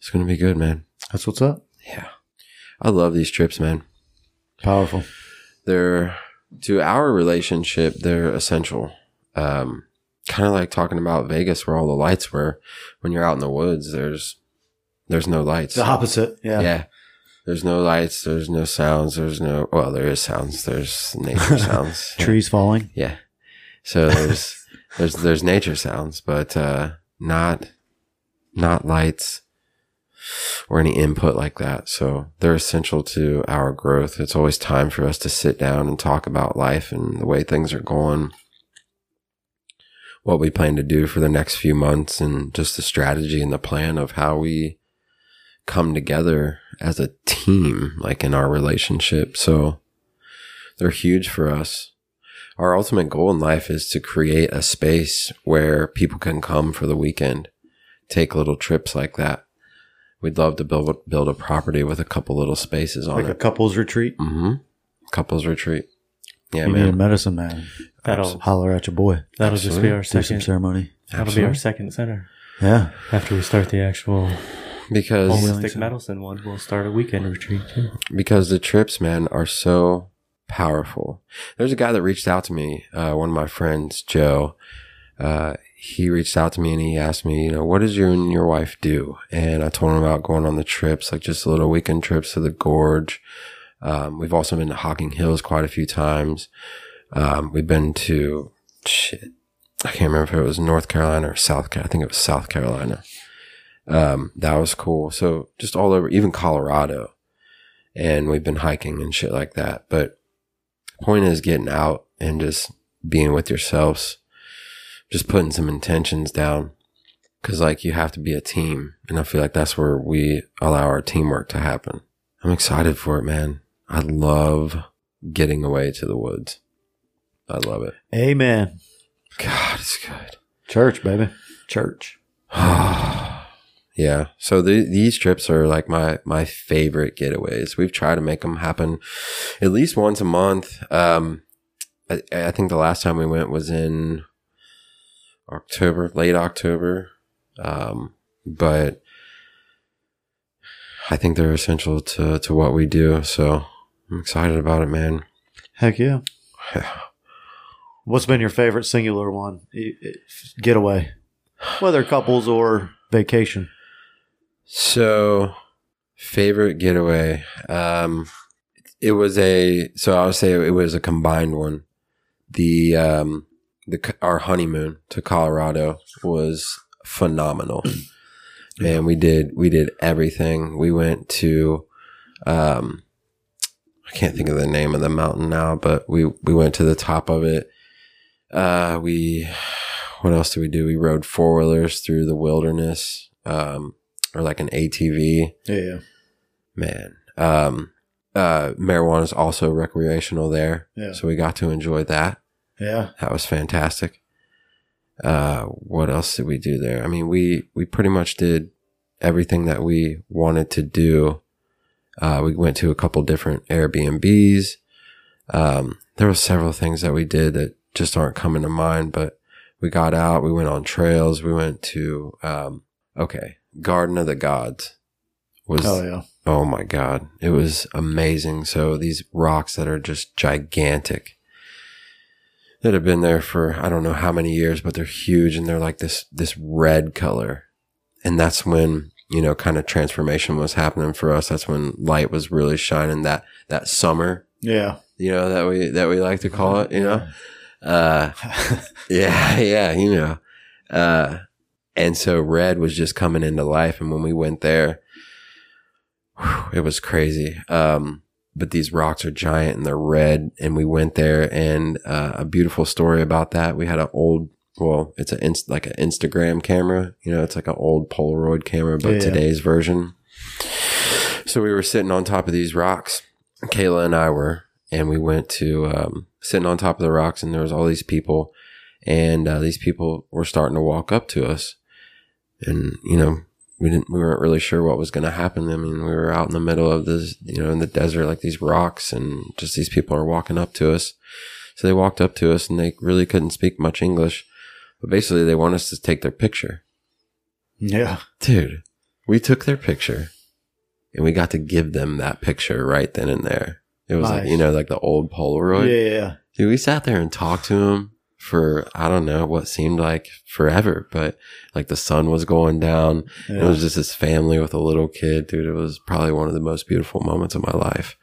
It's going to be good, man.
That's what's up.
Yeah. I love these trips, man.
Powerful.
They're to our relationship, they're essential. Um, kind of like talking about Vegas where all the lights were when you're out in the woods, there's there's no lights.
The opposite. Oh, Yeah.
Yeah. There's no lights, there's no sounds, there's no well, there is sounds, there's nature sounds. Yeah.
Trees falling.
Yeah. So there's there's there's nature sounds, but uh not not lights or any input like that. So they're essential to our growth. It's always time for us to sit down and talk about life and the way things are going. What we plan to do for the next few months and just the strategy and the plan of how we come together as a team, like in our relationship. So they're huge for us our ultimate goal in life is to create a space where people can come for the weekend, take little trips like that. We'd love to build build a property with a couple little spaces on
Like a
it.
couples retreat.
hmm Couples retreat. Yeah,
you need a
man.
medicine man.
That'll
Holler at your boy.
that'll just be our
Do some
second.
ceremony.
That'll be our second center
Yeah.
after we start the actual
Because
holistic
so.
medicine one. We'll start a weekend retreat too.
because the trips, man, are so powerful. There's a guy that reached out to me, uh, one of my friends, Joe. Uh, he reached out to me and he asked me, you know, what does you and your wife do? And I told him about going on the trips, like just little weekend trips to the gorge. Um, we've also been to Hocking Hills quite a few times. Um, we've been to shit. I can't remember if it was North Carolina or South Carolina. I think it was South Carolina. Um, that was cool. So just all over, even Colorado and we've been hiking and shit like that. But the point is getting out and just being with yourselves, just putting some intentions down. Cause like you have to be a team. And I feel like that's where we allow our teamwork to happen. I'm excited for it, man. I love getting away to the woods. I love it.
Amen.
God, it's good.
Church, baby. Church.
yeah. So the, these trips are like my my favorite getaways. We've tried to make them happen at least once a month. Um, I, I think the last time we went was in October, late October. Um, but I think they're essential to to what we do. So I'm excited about it, man.
Heck yeah. What's been your favorite singular one? I- I- Getaway. Whether couples or vacation.
So, favorite getaway. Um, it was a so I would say it was a combined one. The um the c- our honeymoon to Colorado was phenomenal. Man, we did we did everything. We went to um I can't think of the name of the mountain now, but we we went to the top of it Uh, we, what else did we do? We rode four wheelers through the wilderness, um, or like an ATV.
Yeah.
Man, um, uh, marijuana is also recreational there,
Yeah.
so we got to enjoy that.
Yeah.
That was fantastic. Uh, what else did we do there? I mean, we we pretty much did everything that we wanted to do. Uh, we went to a couple different Airbnbs. Um, there were several things that we did that just aren't coming to mind, but we got out, we went on trails, we went to um, okay, Garden of the Gods was
Oh yeah.
Oh my God. It was amazing. So these rocks that are just gigantic that have been there for I don't know how many years, but they're huge and they're like this, this red color. And that's when, you know, kind of transformation was happening for us. That's when light was really shining that, that summer,
Yeah.
you know, that we, that we like to call it, you know, uh, yeah, yeah, you know. Uh, and so red was just coming into life. And when we went there, whew, it was crazy. Um, but these rocks are giant and they're red. And we went there, and uh, a beautiful story about that. We had an old, well, it's an inst- like an Instagram camera. You know, it's like an old Polaroid camera, but
Yeah.
today's version. So we were sitting on top of these rocks. Kayla and I were, and we went to um, sitting on top of the rocks, and there was all these people, and uh, these people were starting to walk up to us, and you know we didn't we weren't really sure what was going to happen. I mean, we were out in the middle of this, you know, in the desert, like these rocks, and just these people are walking up to us. So they walked up to us, and they really couldn't speak much English, but basically they want us to take their picture,
Yeah.
dude. We took their picture, and we got to give them that picture right then and there. It was like
Nice.
you know, like the old Polaroid.
Yeah.
Dude, we sat there and talked to him for I don't know what seemed like forever, but like the sun was going down.
Yeah.
It was just his family with a little kid, dude. It was probably one of the most beautiful moments of my life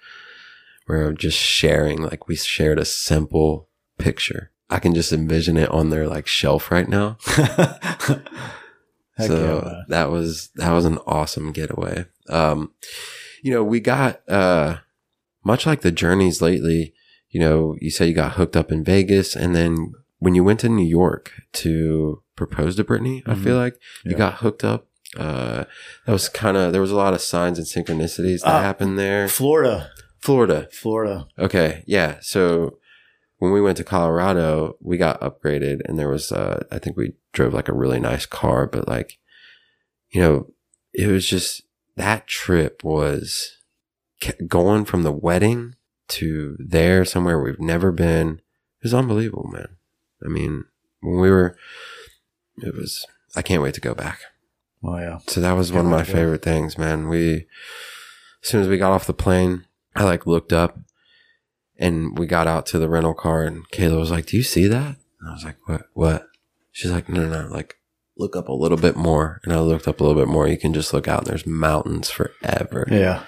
where I'm just sharing, like we shared a simple picture. I can just envision it on their like shelf right now.
Heck
so
yeah, man.
that was that was an awesome getaway. Um, you know, we got uh, much like the journeys lately. You know, you say you got hooked up in Vegas, and then when you went to New York to propose to Brittany, I
Mhm.
feel like you
Yeah.
got hooked up. Uh, that was kind of there was a lot of signs and synchronicities that
Ah.
happened there.
Florida.
Florida,
Florida.
Okay, yeah. So when we went to Colorado, we got upgraded, and there was, uh, I think we drove like a really nice car, but like, you know, it was just that trip was ca- going from the wedding to there somewhere we've never been. It was unbelievable, man. I mean, when we were, it was. I can't wait to go back.
Oh yeah.
So that was one of
Yeah,
my
yeah.
favorite things, man. We, as soon as we got off the plane, I like looked up and we got out to the rental car and Kayla was like, do you see that? And I was like, what, what? She's like, no, no, no, like look up a little bit more. And I looked up a little bit more. You can just look out and there's mountains forever.
Yeah.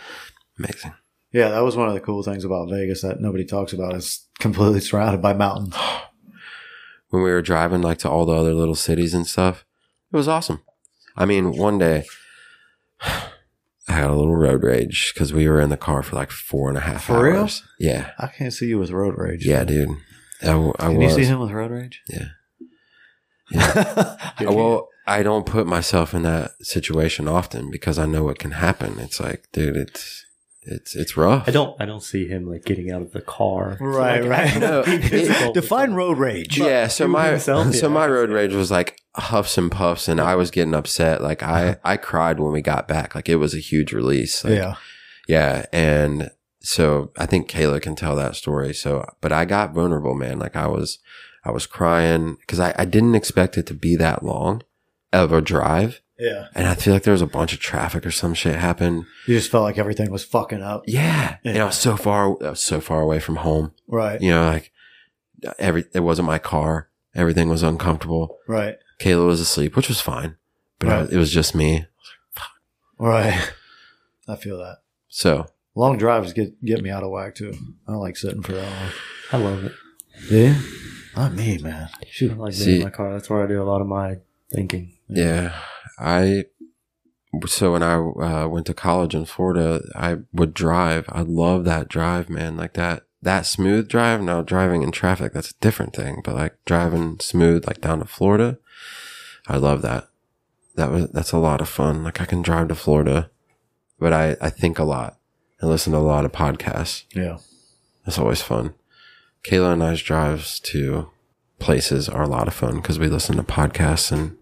Amazing.
Yeah, that was one of the cool things about Vegas that nobody talks about. It's completely surrounded by mountains.
when we were driving like to all the other little cities and stuff. It was awesome. I mean, one day I had a little road rage because we were in the car for like four and a half
For real?
hours. Yeah,
I can't see you with road rage.
yeah, dude. I, w- I
Can
was.
you see him with road rage?
Yeah.
Yeah.
I- well, I don't put myself in that situation often because I know what can happen. It's like, dude, it's it's it's rough.
I don't I don't see him like getting out of the car.
Right,
Like,
right.
No, it-
Define road rage.
yeah, so
He
my
himself,
so
yeah.
my road rage was like huffs and puffs, and I was getting upset. Like I I cried when we got back. Like it was a huge release. Like,
yeah.
yeah, and so I think Kayla can tell that story. So, but I got vulnerable, man. Like I was I was crying because I I didn't expect it to be that long of a drive,
Yeah.
and I feel like there was a bunch of traffic or some shit happened.
You just felt like everything was fucking up.
Yeah,
Yeah.
and I was so far I was so far away from home.
Right.
You know, like every it wasn't my car. Everything was uncomfortable.
Right.
Kayla was asleep, which was fine, but I-
Right.
it was just me.
Right. I feel that.
So
Long drives get get me out of whack too. I don't like sitting for that long.
I love it.
Yeah. Not me, man.
Shoot, I like being
See-
in my car. That's where I do a lot of my thinking.
yeah, I so when I uh, went to college in Florida, I would drive. I love that drive, man. Like that that smooth drive. Now driving in traffic, that's a different thing. But like driving smooth, like down to Florida, I love that. That was that's a lot of fun. Like I can drive to Florida, but I I think a lot and listen to a lot of podcasts.
Yeah.
That's always fun. Kayla and I's drives to places are a lot of fun because we listen to podcasts and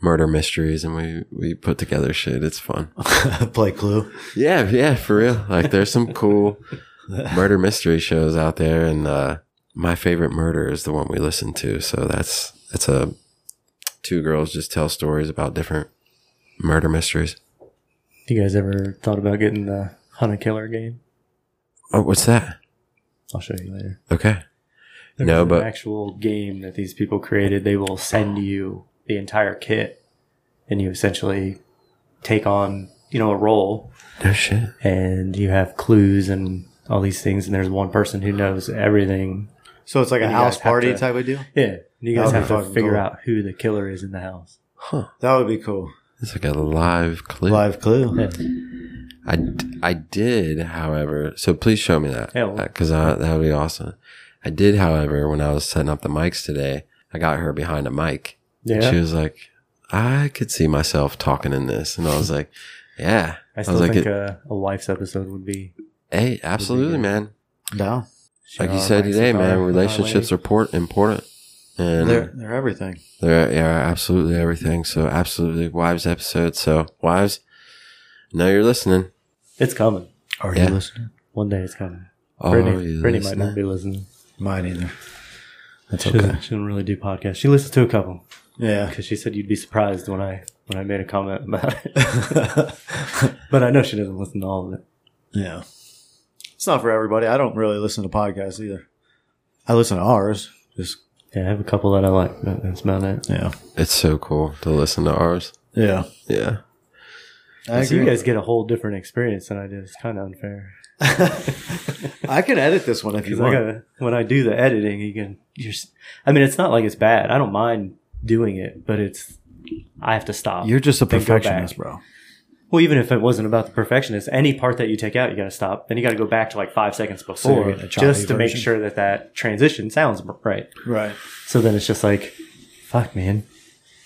murder mysteries and we we put together shit. It's fun.
Play Clue.
Yeah, yeah, for real. Like there's some cool murder mystery shows out there, and uh, my favorite murder is the one we listen to. So that's it's a two girls just tell stories about different murder mysteries.
You guys ever thought about getting the hunter killer game?
Oh, what's that?
I'll show you later.
Okay,
There's
No,
an
but-
actual game that these people created. They will send you the entire kit, and you essentially take on you know a role,
no shit.
and you have clues and all these things. And there's one person who knows everything.
So it's like a
And you guys
house
have
party
to-
type of deal.
Yeah, and you guys
That'd
have
be
to
fucking
figure
cool.
out who the killer is in the house.
Huh?
That would be cool.
It's like a live clip.
Live Clue.
Yeah.
Hmm. I, d- I did, however, so please show me that
Yeah, well-
because that would be awesome. I did, however, when I was setting up the mics today, I got her behind a mic. and She
Yeah,
was like, I could see myself talking in this. And I was like, yeah,
I
I
still
was like,
think a, a wife's episode would be.
hey, absolutely,
good.
man.
No,
Like you said today, man, relationships are port- important. And
they're they're everything.
They're, yeah, absolutely everything. So, absolutely, wives episode. So, wives, know you're listening.
It's coming.
Are
Yeah.
you listening?
One day it's coming.
Are
Brittany,
Oh, you
Brittany might
listening?
not be listening.
Mine either. That's
She doesn't, she doesn't really do podcasts. She listens to a couple
Yeah.
because she said you'd be surprised when I when I made a comment about it. but I know she doesn't listen to all of it.
Yeah. It's not for everybody. I don't really listen to podcasts either. I listen to ours. Just
Yeah, I have a couple that I like. But that's about it.
yeah.
It's so cool to listen to ours.
Yeah.
Yeah.
I
so you
agree.
guys get a whole different experience than I do. It's kind of unfair.
I can edit this one if you
Because I
want.
gotta when I do the editing, you can. You're, s- I mean, it's not like it's bad. I don't mind doing it, but it's I have to stop.
You're just a
Then go back.
perfectionist, bro.
well, even if it wasn't about the perfectionist, any part that you take out, you got to stop. Then you got to go back to like five seconds
you're
before
getting a choppy
just to make
version.
sure that that transition sounds b- right.
Right.
So then it's just like, fuck, man.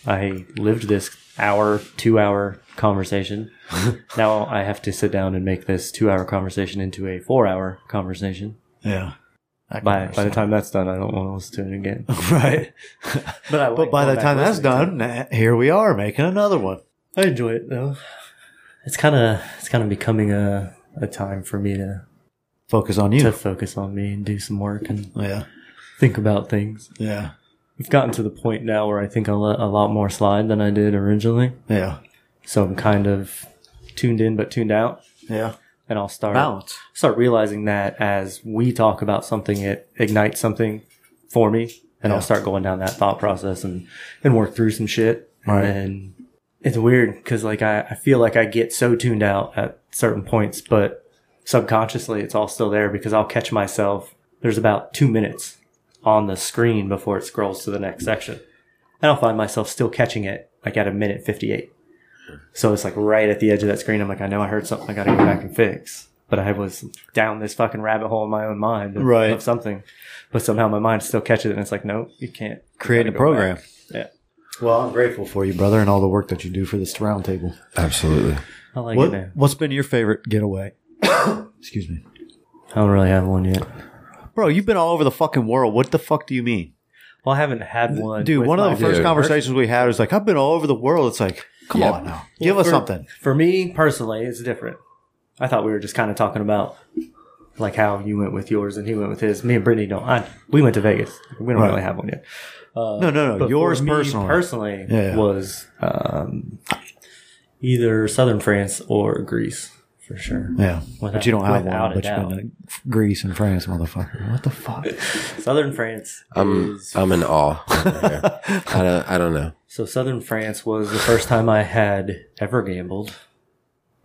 I lived this hour, two hour conversation. now I have to sit down and make this two hour conversation into a four hour conversation.
Yeah. I can
By, by the
understand.
time that's done, I don't want to listen to it again.
right.
But, I
But by the time that's done, nah, here we are making another one.
I enjoy it though. It's kind of it's kind of becoming a, a time for me to
Focus on you.
to focus on me and do some work and
Yeah.
think about things.
Yeah.
We've gotten to the point now where I think I let a lot more slide than I did originally.
Yeah.
So I'm kind of tuned in but tuned out.
Yeah.
and I'll start
Balance.
start realizing that as we talk about something, it ignites something for me, and
Yeah.
I'll start going down that thought process and and work through some shit.
Right.
And it's weird because like I, I feel like I get so tuned out at certain points, but subconsciously it's all still there because I'll catch myself. There's about two minutes on the screen before it scrolls to the next section, and I'll find myself still catching it like at a minute fifty eight. So it's like right at the edge of that screen. I'm like, I know I heard something. I got to go back and fix. But I was down this fucking rabbit hole in my own mind of,
Right.
of something. But somehow my mind still catches it, and it's like, nope, you can't
Creating a
Gotta go
program.
Yeah.
Well, I'm grateful for you, brother, and all the work that you do for this roundtable.
Absolutely.
I like it
What,
now.
what's been your favorite getaway? Excuse me.
I don't really have one yet.
Bro, you've been all over the fucking world. What the fuck do you mean?
Well, I haven't had one.
Dude,
with
one of
my-
the first
Dude.
conversations we had was like, I've been all over the world. It's like, come
Yeah.
on now. Give us
for-
something.
For me personally, it's different. I thought we were just kind of talking about like how you went with yours and he went with his. Me and Brittany don't. I, we went to Vegas. We don't
Right.
really have one yet.
No, no, no.
But
Yours
for me
personally.
personally
Yeah.
was um, either southern France or Greece for sure.
yeah. but
Without-
you don't have
without
one,
a
but you've
doubt.
been to Greece and France, motherfucker. What the fuck?
Southern France
I'm
is
I'm in awe. over here. I don't I don't know.
so. Southern France was the first time I had ever gambled.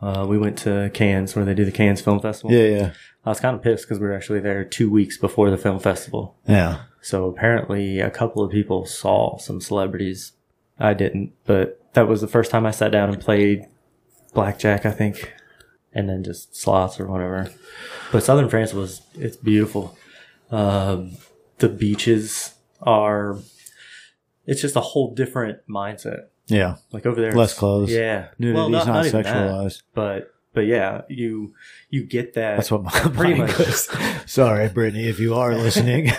Uh, we went to Cannes where they do the Cannes Film Festival.
yeah, yeah.
I was kind of pissed because we were actually there two weeks before the film festival.
Yeah.
So apparently, a couple of people saw some celebrities. I didn't, but that was the first time I sat down and played blackjack. I think, and then just sloths or whatever. But southern France was it's beautiful. Um, the beaches are. It's just a whole different mindset.
Yeah.
Like over there,
Less
it's-
clothes.
Yeah,
Nudity's not,
even that,
sexualized.
but but yeah, you you get that.
That's what my
pretty
mind
much.
goes. Sorry, Brittany, if you are listening.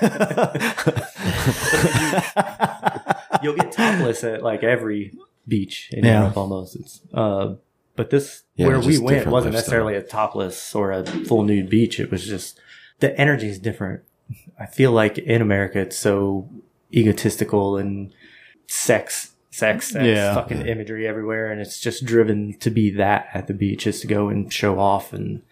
You'll get topless at like every beach in
Yeah.
Europe almost. It's, uh, but this
Yeah,
where we
just
went
different
wasn't
lifestyle.
necessarily a topless or a full nude beach. It was just the energy is different. I feel like in America it's so egotistical and sex, sex, sex,
Yeah.
fucking imagery everywhere, and it's just driven to be that at the beach is to go and show off and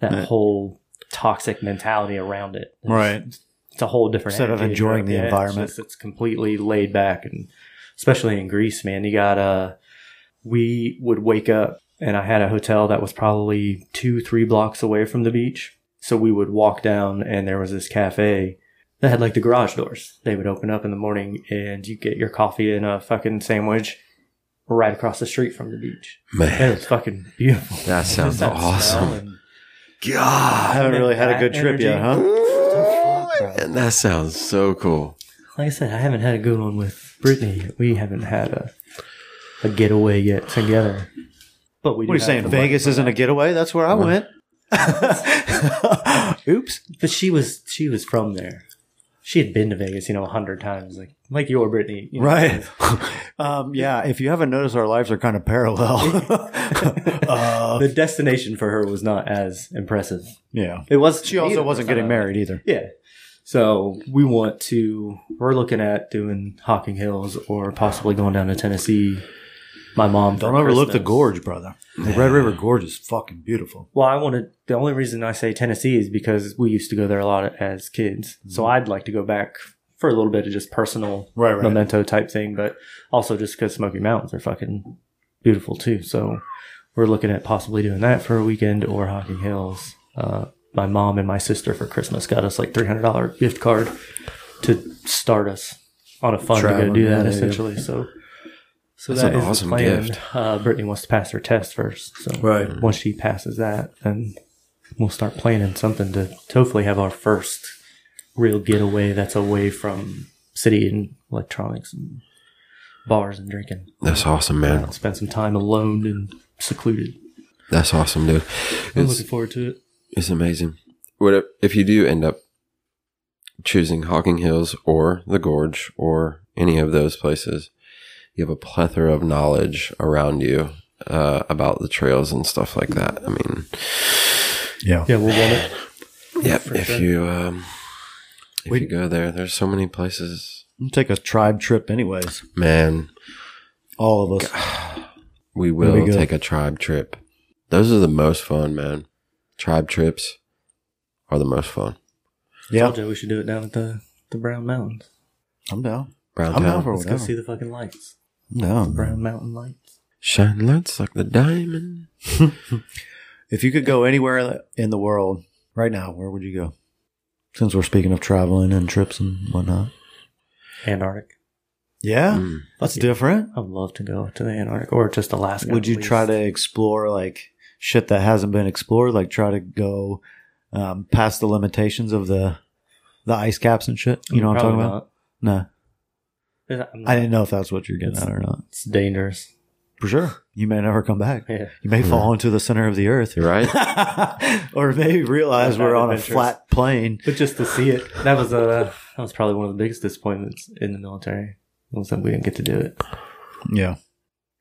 that
Yeah.
whole toxic mentality around it. It's-
right.
it's a whole different
Instead of
attitude,
enjoying the
yeah, it's
environment.
just- It's, completely laid back, and especially in Greece, man, you got uh We would wake up, and I had a hotel that was probably two, three blocks away from the beach. So we would walk down, and there was this cafe that had like the garage doors. They would open up in the morning, and you get your coffee and a fucking sandwich right across the street from the beach. And it
Man,
was fucking beautiful.
that sounds
Just that smell
awesome.
and-
I
God.
haven't
And
really had a
that
good trip yet,
energy.
huh?
And that sounds so cool.
Like I said, I haven't had a good one with Brittany. We haven't had a a getaway yet together. But we.
What are you saying? Vegas isn't a getaway? That's where I went. Oops.
But she was she was from there. She had been to Vegas, you know, a hundred times, like like your Brittany, you know.
Right. um, yeah. If you haven't noticed, our lives are kind of parallel. uh,
The destination for her was not as impressive.
yeah.
It was.
She also wasn't getting married either.
Yeah. So we want to. We're looking at doing Hocking Hills or possibly going down to Tennessee. My mom. for
Don't overlook the
Christmas.
gorge, brother. The Red River Gorge is fucking beautiful.
Well, I wanted the only reason I say Tennessee is because we used to go there a lot as kids. So I'd like to go back for a little bit of just personal
Mm-hmm. Right, right.
memento type thing, but also just because Smoky Mountains are fucking beautiful too. So we're looking at possibly doing that for a weekend or Hocking Hills. Uh, my mom and my sister for Christmas got us like three hundred dollar gift card to start us on a fund to go
Traveling,
do
yeah,
that
yeah.
essentially. So. So
That's
that
an
is the
awesome
plan.
gift.
Uh, Brittany wants to pass her test first, so
Right.
once she passes that, then we'll start planning something to, to hopefully have our first real getaway that's away from city and electronics and bars and drinking. Uh,
That's awesome, man.
Spend some time alone and secluded.
That's awesome, dude.
I'm
It's,
looking forward to it.
it's amazing. What if, if you do end up choosing Hawking Hills or the Gorge or any of those places? You have a plethora of knowledge around you uh, about the trails and stuff like that. I mean,
Yeah.
Yeah, we'll want it.
Yep.
For
if
sure.
you um, if
We-
you go there, there's so many places.
We'll take a tribe trip, anyways.
Man,
All of us.
we
That'd be
will
good.
take a tribe trip. Those are the most fun, man. Tribe trips are the most fun.
Yeah.
Told you we should do it down at the, the Brown Mountains.
I'm down.
Brown
I'm down
town.
for
Let's
whatever.
go see the fucking lights.
I'm down.
Brown Mountain lights.
Shine lights like the diamond.
If you could go anywhere in the world right now, where would you go? Since we're speaking of traveling and trips and whatnot.
Antarctic.
Yeah,
Mm.
that's different.
I'd love to go to the Antarctic or just Alaska.
Would
at
you
least.
try to explore like shit that hasn't been explored? Like try to go um, past the limitations of the the ice caps and shit. You know what I'm talking
Probably
about? No,
not. I'm
I
not-
didn't know if that's what you're getting at or not.
It's dangerous.
For sure, you may never come back.
Yeah.
You may fall into the center of the earth,
You're right.
or maybe realize
Like
we're on a
adventures.
flat plane.
But just to see it, that was uh, that was probably one of the biggest disappointments in the military was that we didn't get to do it.
Yeah,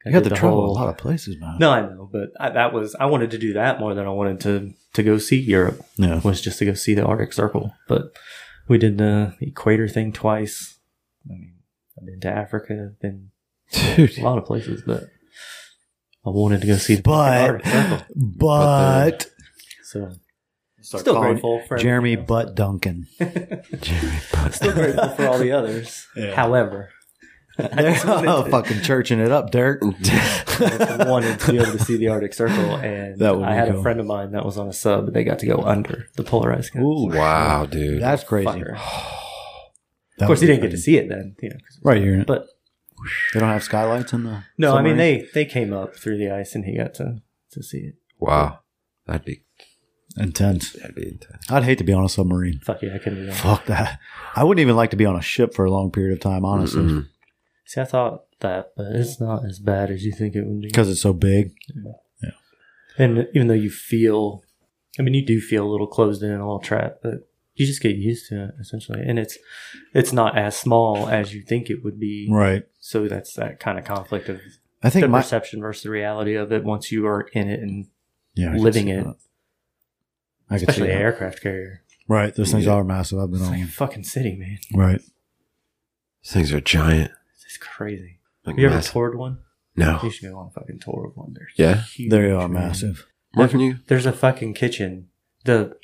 I
you got
did
to travel
whole-
a lot of places, man.
No, I know, but I, that was I wanted to do that more than I wanted to to go see Europe.
no.
Was just to go see the Arctic Circle, but we did the equator thing twice. I mean, I've been to Africa, I've been a
Dude.
lot of places, but I wanted to go see the fucking
but
Arctic Circle.
but
So
Start
still
calling
grateful for
Jeremy
everything
Butt Duncan.
else. still grateful for all the others.
Yeah.
However, I
They're
just wanted to-
fucking churching it up, Dirk.
I wanted to be able to see the Arctic Circle, and
That would
I
be
had a
cool.
friend of mine that was on a sub. They got to go under the polarized. gun.
Ooh,
wow, dude.
that's crazy.
Fucker.
That
Of course,
would be
he didn't get to
crazy.
see it then. You know, 'cause-
Right, you're
But
they don't have skylights in the.
no, I mean
submarine?
they they came up through the ice, and he got to to see it.
wow. That'd be
Intense.
that'd be intense.
I'd hate to be on a submarine.
Fuck yeah, I couldn't do that.
Fuck that. I wouldn't even like to be on a ship for a long period of time, honestly,
Mm-mm.
See, I thought that, but it's not as bad as you think it would be.
because it's so big.
And even though you feel, I mean, you do feel a little closed in and a little trapped, but you just get used to it essentially. And it's, it's not as small as you think it would be.
Right.
So that's that kind of conflict of
I think
the
my
perception versus the reality of it once you are in it, and
yeah, I can
living
see
it.
that. I can see
especially an
that.
aircraft carrier.
Right. Those things
Yeah.
are massive. I've been
It's
on
like a
them.
fucking city, man.
Right.
These things are giant.
It's crazy.
Like
you ever
massive.
toured one? You
no.
should go on a fucking tour of one. They're
Yeah?
huge,
They are
man.
massive.
Where can you?
There's a fucking kitchen. The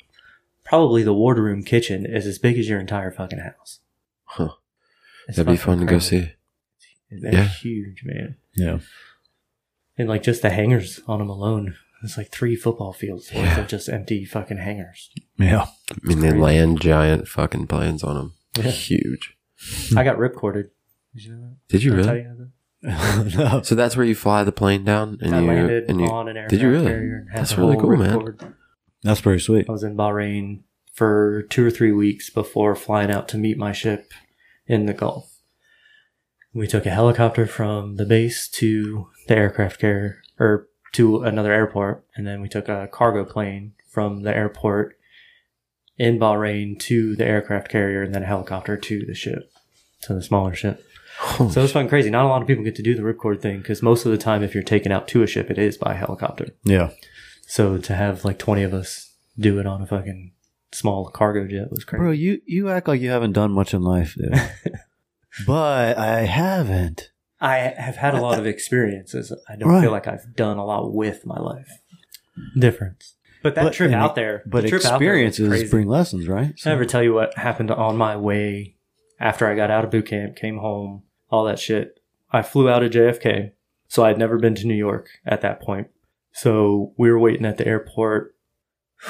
probably the wardroom kitchen is as big as your entire fucking house.
Huh.
It's
That'd be
fucking
fun to go
crazy.
see.
They're
Yeah.
huge, man.
Yeah.
And like just the hangers on them alone. It's like three football fields worth
Yeah.
of just empty fucking hangers.
Yeah.
I mean, they
crazy.
land giant fucking planes on them.
Yeah.
Huge.
I got ripcorded. Did you know that?
Hmm. Did you
Did I tell
really?
you that?
No.
So that's where you fly the plane down and
I
you
landed
and you
on an aircraft
did you really?
carrier and had
That's
the
really
whole
cool, man.
ripcord.
That's pretty sweet.
I was in Bahrain for two or three weeks before flying out to meet my ship in the Gulf. We took a helicopter from the base to the aircraft carrier or to another airport, and then we took a cargo plane from the airport in Bahrain to the aircraft carrier, and then a helicopter to the ship, to the smaller ship.
Holy
So it was fucking crazy. Not a lot of people get to do the ripcord thing because most of the time, if you're taken out to a ship, it is by helicopter.
Yeah.
So to have like 20 of us do it on a fucking small cargo jet was crazy.
Bro, you, you act like you haven't done much in life, dude. but I haven't.
I have had a lot of experiences. I don't
Right.
feel like I've done a lot with my life. Difference. But that
But-
trip
and-
out there,
But
the trip out there was
experiences
crazy.
bring lessons, right?
Did I ever tell you what happened on my way after I got out of boot camp, came home, all that shit? I flew out of JFK. So I'd never been to New York at that point. So we were waiting at the airport.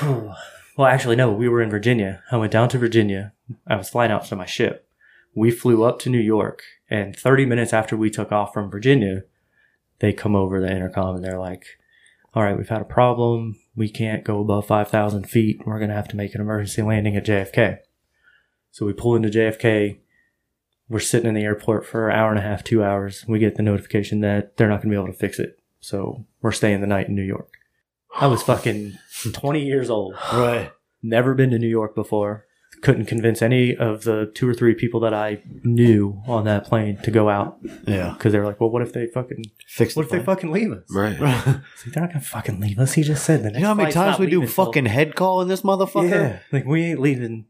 Whew. well, actually, no, we were in Virginia. I went down to Virginia. I was flying out to my ship. We flew up to New York. And 30 minutes after we took off from Virginia, they come over the intercom and they're like, all right, we've had a problem. We can't go above 5,000 feet. We're going to have to make an emergency landing at JFK. So we pull into JFK. We're sitting in the airport for an hour and a half, two hours. We get the notification that they're not going to be able to fix it. So we're staying the night in New York. I was fucking 20 years old,
Right.
never been to New York before. Couldn't convince any of the two or three people that I knew on that plane to go out
Yeah.
because they were like, well, what if they fucking,
Fix
what if they fucking leave us?
Right.
fuck?
It's like, they're not gonna fucking leave us. He just said the next
you know how many
flight's
times
not
we do
leaving till-
fucking head call in this motherfucker?
yeah. Like we ain't leaving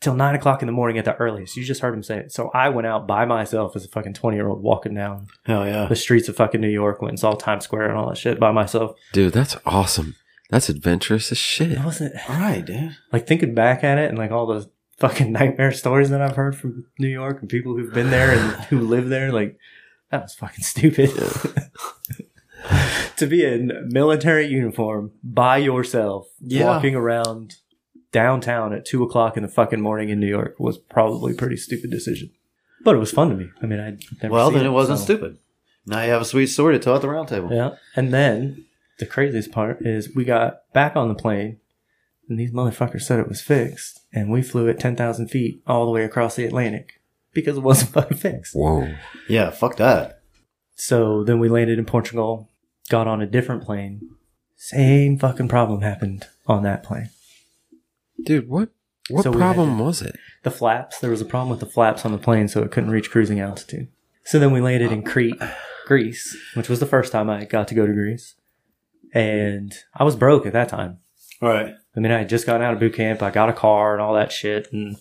till nine o'clock in the morning at the earliest. You just heard him say it. So I went out by myself as a fucking twenty year old walking down
Hell yeah.
the streets of fucking New York, went and saw Times Square and all that shit by myself.
Dude, that's awesome. That's adventurous as shit.
It wasn't
All right, dude.
like thinking back at it and like all the fucking nightmare stories that I've heard from New York and people who've been there and who live there, like that was fucking stupid. to be in military uniform by yourself,
Yeah.
walking around downtown at two o'clock in the fucking morning in New York was probably a pretty stupid decision. But it was fun to me. I mean, I'd never
Well,
seen
then it wasn't
so-
stupid. Now you have a sweet story to tell at the round table.
Yeah. And then the craziest part is we got back on the plane and these motherfuckers said it was fixed and we flew at 10,000 feet all the way across the Atlantic because it wasn't fucking fixed.
Whoa.
Yeah, fuck that.
So then we landed in Portugal, got on a different plane. Same fucking problem happened on that plane.
Dude, what what
So we had
problem
to-
was it?
The flaps, there was a problem with the flaps on the plane, so it couldn't reach cruising altitude. So then we landed in Crete, Greece, which was the first time I got to go to Greece. And I was broke at that time.
All right.
I mean, I had just gotten out of boot camp. I got a car and all that shit, and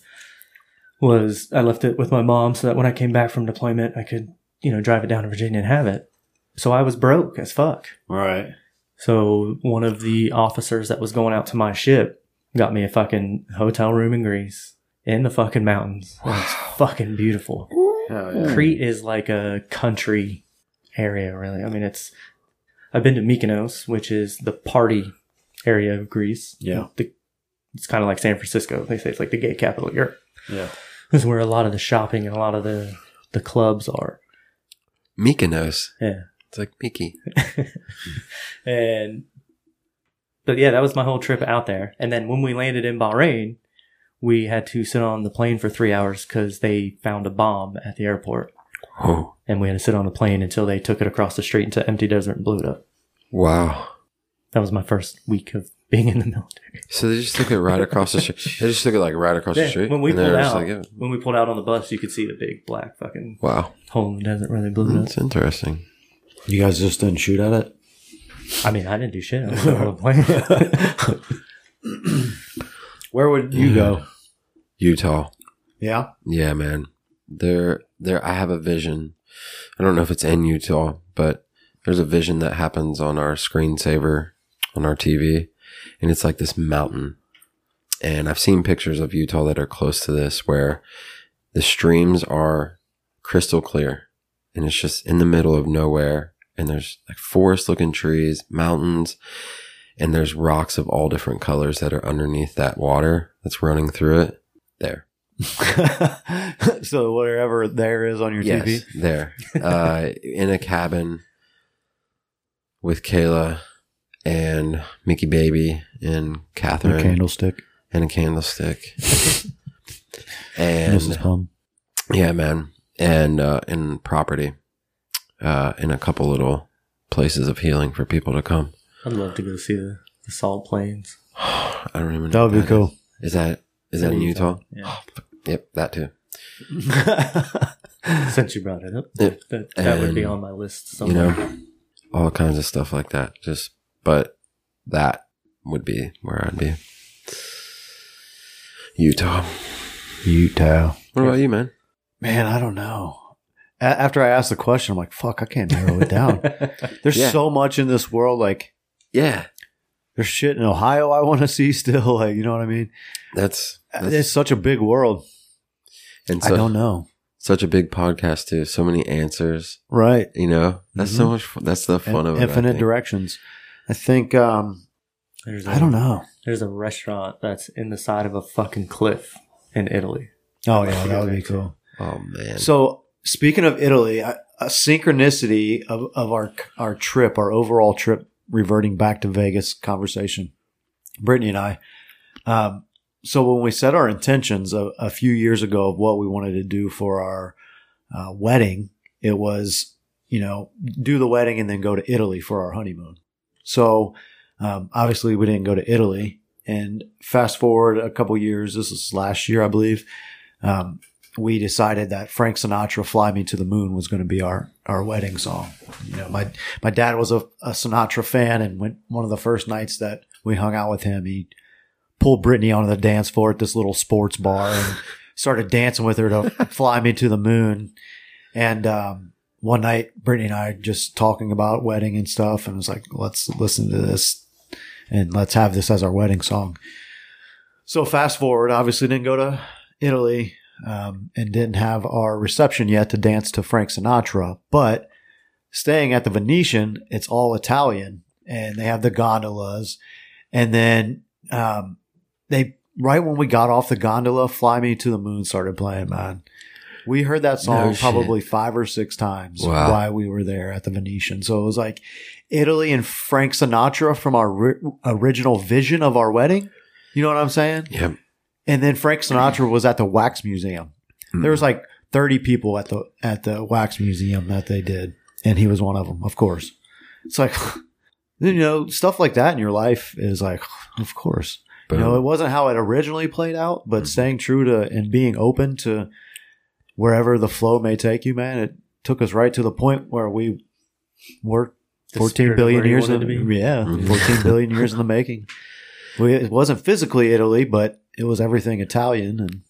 was I left it with my mom so that when I came back from deployment, I could you know drive it down to Virginia and have it. So I was broke as fuck.
All right.
So one of the officers that was going out to my ship got me a fucking hotel room in Greece in the fucking mountains. It was fucking beautiful.
Hell
Crete is like a country area, really. I mean, it's. I've been to Mykonos, which is the party area of Greece.
Yeah.
The, it's kind of like San Francisco. They say it's like the gay capital of Europe.
Yeah.
This is where a lot of the shopping and a lot of the, the clubs are.
Mykonos.
Yeah.
It's like Mickey.
And But yeah, that was my whole trip out there. And then when we landed in Bahrain, we had to sit on the plane for three hours because they found a bomb at the airport.
Oh,
And we had to sit on the plane until they took it across the street into empty desert and blew it up.
wow.
That was my first week of being in the military.
So they just took it right across the street. They just took it like right across
Yeah,
the street.
when we
and they
pulled
were just
out,
like, yeah.
when we pulled out on the bus, you could see the big black fucking
wow,
hole in the desert where they blew it up.
that's interesting.
You guys just didn't shoot at it?
I mean, I didn't do shit. I was on the plane.
Where would you go?
Utah.
Yeah.
Yeah, man. There, there. I have a vision. I don't know if it's in Utah, but there's a vision that happens on our screensaver on our TV, and it's like this mountain. And I've seen pictures of Utah that are close to this, where the streams are crystal clear, and it's just in the middle of nowhere, and there's like forest-looking trees, mountains, and there's rocks of all different colors that are underneath that water that's running through it. There.
so whatever there is on your TV.
There. Uh, in a cabin with Kayla and Mickey Baby and
And
Catherine
a candlestick.
and a candlestick.
Mrs.
and
Plum.
yeah, man. And uh in property. Uh in a couple little places of healing for people to come.
I'd love to go see the, the salt plains.
I don't even know.
That would be
what
cool.
Is Is that is that in Utah? Yep, that too.
Since you brought it up,
Yeah.
that, that would be
And,
on my list
you
somewhere.
know all kinds of stuff like that just but that would be where i'd be utah
Utah.
what about you man
Man, I don't know. A- after I asked the question, I'm like, fuck, I can't narrow it down. There's
Yeah.
so much in this world. Like,
yeah
there's shit in Ohio I want to see still. Like, you know what I mean?
that's, that's
it's such a big world.
and
I don't
so,
know.
such a big podcast too so many answers
Right.
you know that's so
Mhm.
much fun. that's the fun of it I
Infinite
think.
directions. I think, um,
There's
I don't know.
There's a restaurant that's in the side of a fucking cliff in Italy.
Oh, yeah, that would be cool.
oh man
So speaking of Italy, a, a synchronicity of, of our our trip, our overall trip, reverting back to Vegas conversation, Brittany and I. Um, so when we set our intentions a, a few years ago of what we wanted to do for our uh, wedding, it was you know do the wedding and then go to Italy for our honeymoon. So um, obviously we didn't go to Italy. And fast forward a couple years, this is last year, I believe. Um, we decided that Frank Sinatra "Fly Me to the Moon" was going to be our our wedding song. You know, my my dad was a, a Sinatra fan, and when one of the first nights that we hung out with him, he pulled Brittany onto the dance floor at this little sports bar and started dancing with her to "Fly Me to the Moon." And um, one night, Brittany and I just talking about wedding and stuff, and was like, "Let's listen to this, and let's have this as our wedding song." So fast forward, obviously didn't go to Italy um, and didn't have our reception yet to dance to Frank Sinatra. But staying at the Venetian, it's all Italian, and they have the gondolas. And then um, they right when we got off the gondola, "Fly Me to the Moon" started playing. Man, we heard that song
No shit.
probably five or six times
Wow.
while we were there at the Venetian. So it was like Italy and Frank Sinatra from our ri- original vision of our wedding. You know what I'm saying?
yep
And then Frank Sinatra was at the wax museum. There was like 30 people at the at the wax museum that they did, and he was one of them, of course. It's like you know, stuff like that in your life is like of course.
Boom.
You know, it wasn't how it originally played out, but
Mm-hmm.
Mhm.
staying true to and being open to wherever the flow may take you, man, it took us right to the point where we were
The
14
spirit
billion
where you
years in,
wanted to be. Mm-hmm.
yeah,
Mhm.
14 billion years in the making. We, it wasn't physically Italy, but it was everything Italian. And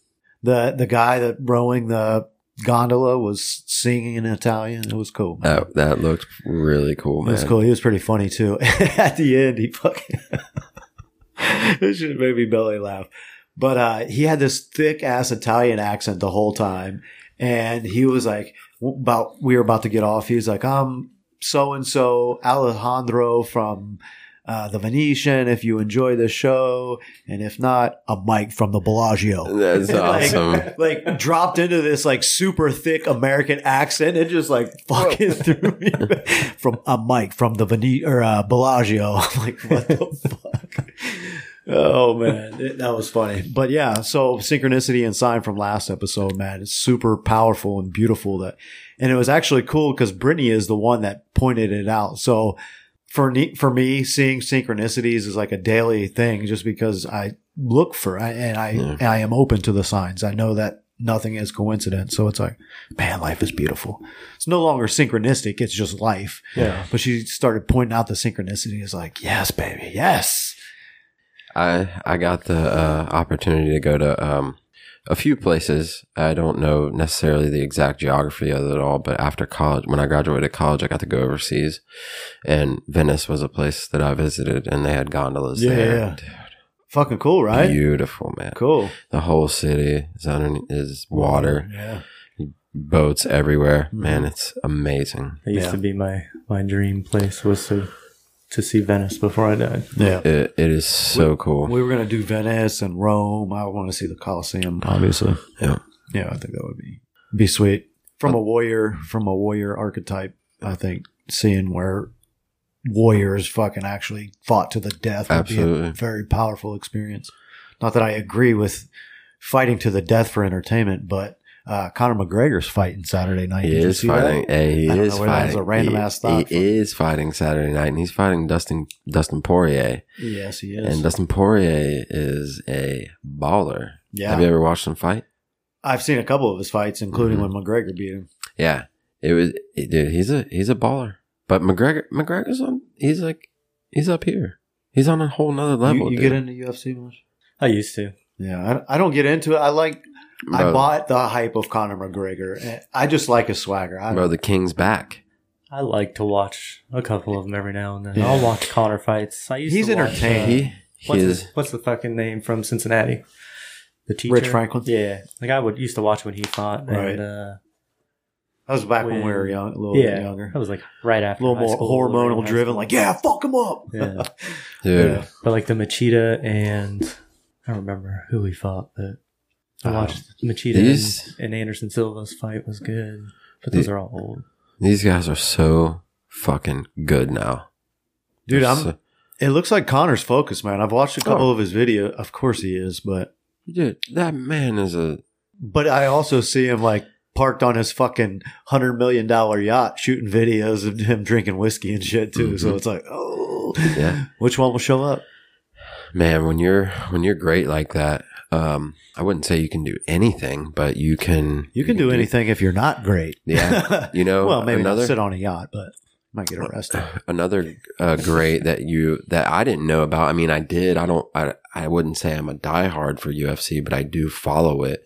the the guy that rowing the gondola was singing in Italian. It was cool. man.
that, that looked really cool
it was
man
cool. He was pretty funny too. At the end, he fucking this just made me belly laugh. But uh, he had this thick ass Italian accent the whole time, and he was like, w- about we were about to get off. He was like, I'm so and so Alejandro from uh, the Venetian if you enjoy the show, and if not, a mic from the Bellagio.
That's
Like-
awesome.
Like dropped into this like super thick American accent, it just like fucking threw me from a mic from the Vene- or uh, Bellagio. I'm like, what the fuck? Oh man, It- that was funny. But yeah, so synchronicity and sign from last episode, man, it's super powerful and beautiful. That, and it was actually cool because Brittany is the one that pointed it out. So for me, for me, seeing synchronicities is like a daily thing, just because I look for I- and I
Yeah.
and I am open to the signs. I know that nothing is coincidence. So it's like, man, life is beautiful. It's no longer synchronistic; it's just life.
Yeah.
But she started pointing out the synchronicity. It's like, yes, baby, yes.
I I got the uh, opportunity to go to um, a few places. I don't know necessarily the exact geography of it all, but after college, when I graduated college, I got to go overseas, and Venice was a place that I visited, and they had gondolas
Yeah,
there.
yeah.
Dude,
Fucking cool, right?
Beautiful, man.
cool.
The whole city is under is water,
Yeah.
boats everywhere. Man, it's amazing.
That used
Yeah.
to be my my dream place was to to see Venice before I died.
Yeah.
It, it is so cool.
We were gonna do Venice and Rome. I want to see the Colosseum, obviously.
Yeah.
Yeah, I think that would be be sweet. From a warrior, from a warrior archetype, I think seeing where warriors fucking actually fought to the death would be
Absolutely.
a very powerful experience. Not that I agree with fighting to the death for entertainment, but uh, Conor McGregor's fighting Saturday night.
He
Did you
is
see that?
fighting. Hey, he
I don't
is
know where that was
fighting.
a random
he,
ass thought
he is fighting Saturday night, and he's fighting Dustin Dustin Poirier.
Yes, he is.
And uh, Dustin Poirier is a baller.
yeah,
Have you ever watched him fight?
I've seen a couple of his fights, including
Mm-hmm.
when McGregor beat him.
Yeah, it was it- dude. He's a he's a baller. But McGregor McGregor's on. He's like he's up here. He's on a whole nother level.
you you
dude.
get into UFC much?
I used to.
Yeah, I, I don't get into it. I like I
Bro,
bought the hype of Conor McGregor. Eh, I just like his swagger. I,
bro, the king's back.
I like to watch a couple of them every now and then.
Yeah.
I'll watch Connor fights. I used
He's
to watch,
entertaining.
uh,
He he
what's,
is.
the, what's the fucking name from Cincinnati? The teacher,
Rich Franklin?
Yeah, like I would used to watch when he fought.
Right.
And, uh,
that was back when, we were
When-
young, a little
yeah,
bit younger,
that was like right
a
after
little
high
more
school, right
hormonal
after
driven.
high
Like, yeah, fuck him up.
school. yeah.
Dude,
Yeah.
But like the Machida and I don't remember who he fought, but I
Um,
watched Machida
these-
and, and Anderson Silva's fight was good. But those
The-
are all old.
these guys are so fucking good now,
dude.
They're
I'm.
so-
It looks like Connor's focused, man. I've watched a couple of his video. Of course he is, but
dude. That man is a
but I also see him like parked on his fucking hundred million dollar yacht, shooting videos of him drinking whiskey and shit too. So it's like, oh,
yeah.
which one will show up?
man when you're when you're great like that um i wouldn't say you can do anything but you can
You can do anything if you're not great.
Yeah. you know
well, maybe
another
not sit on a yacht, but might get arrested.
another uh, great that you that i didn't know about i mean i did i don't i, I wouldn't say i'm a diehard for ufc but i do follow it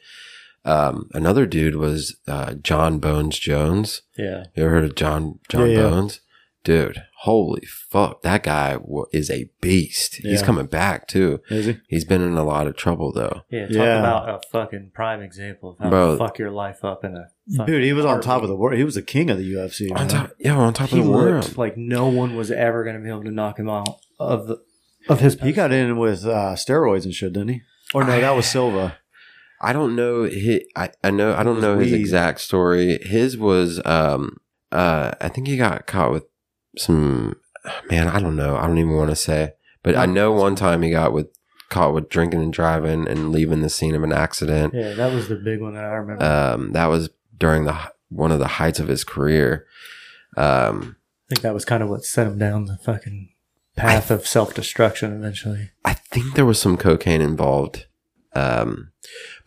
um another dude was uh john bones jones
Yeah.
you ever heard of john john
Yeah, yeah.
bones dude holy fuck that guy wa is a beast he's
Yeah.
coming back too
Is he?
he's been in a lot of trouble though
Yeah, talk
Yeah.
about a fucking prime example of how
Bro.
to fuck your life up in a fucking
Dude, he was on top
heartbeat.
of the world. He was the king of the UFC.
on
man.
top, yeah, on top
He
of the
looked
world.
like no one was ever going to be able to knock him out of the, of his.
He got in with uh, steroids and shit, didn't he? Or no, that was Silva.
I don't know. His, I I know. I don't
was
know his
weed.
exact story. His was um uh. I think he got caught with some man. I don't know. I don't even want to say. But I know one time he got with caught with drinking and driving and leaving the scene of an accident.
Yeah, that was the big one that I
Uh,
remember.
Um, that was during the hi- one of the heights of his career. Um,
I think that was kind of what set him down the fucking path of self destruction eventually.
I think there was some cocaine involved. Um,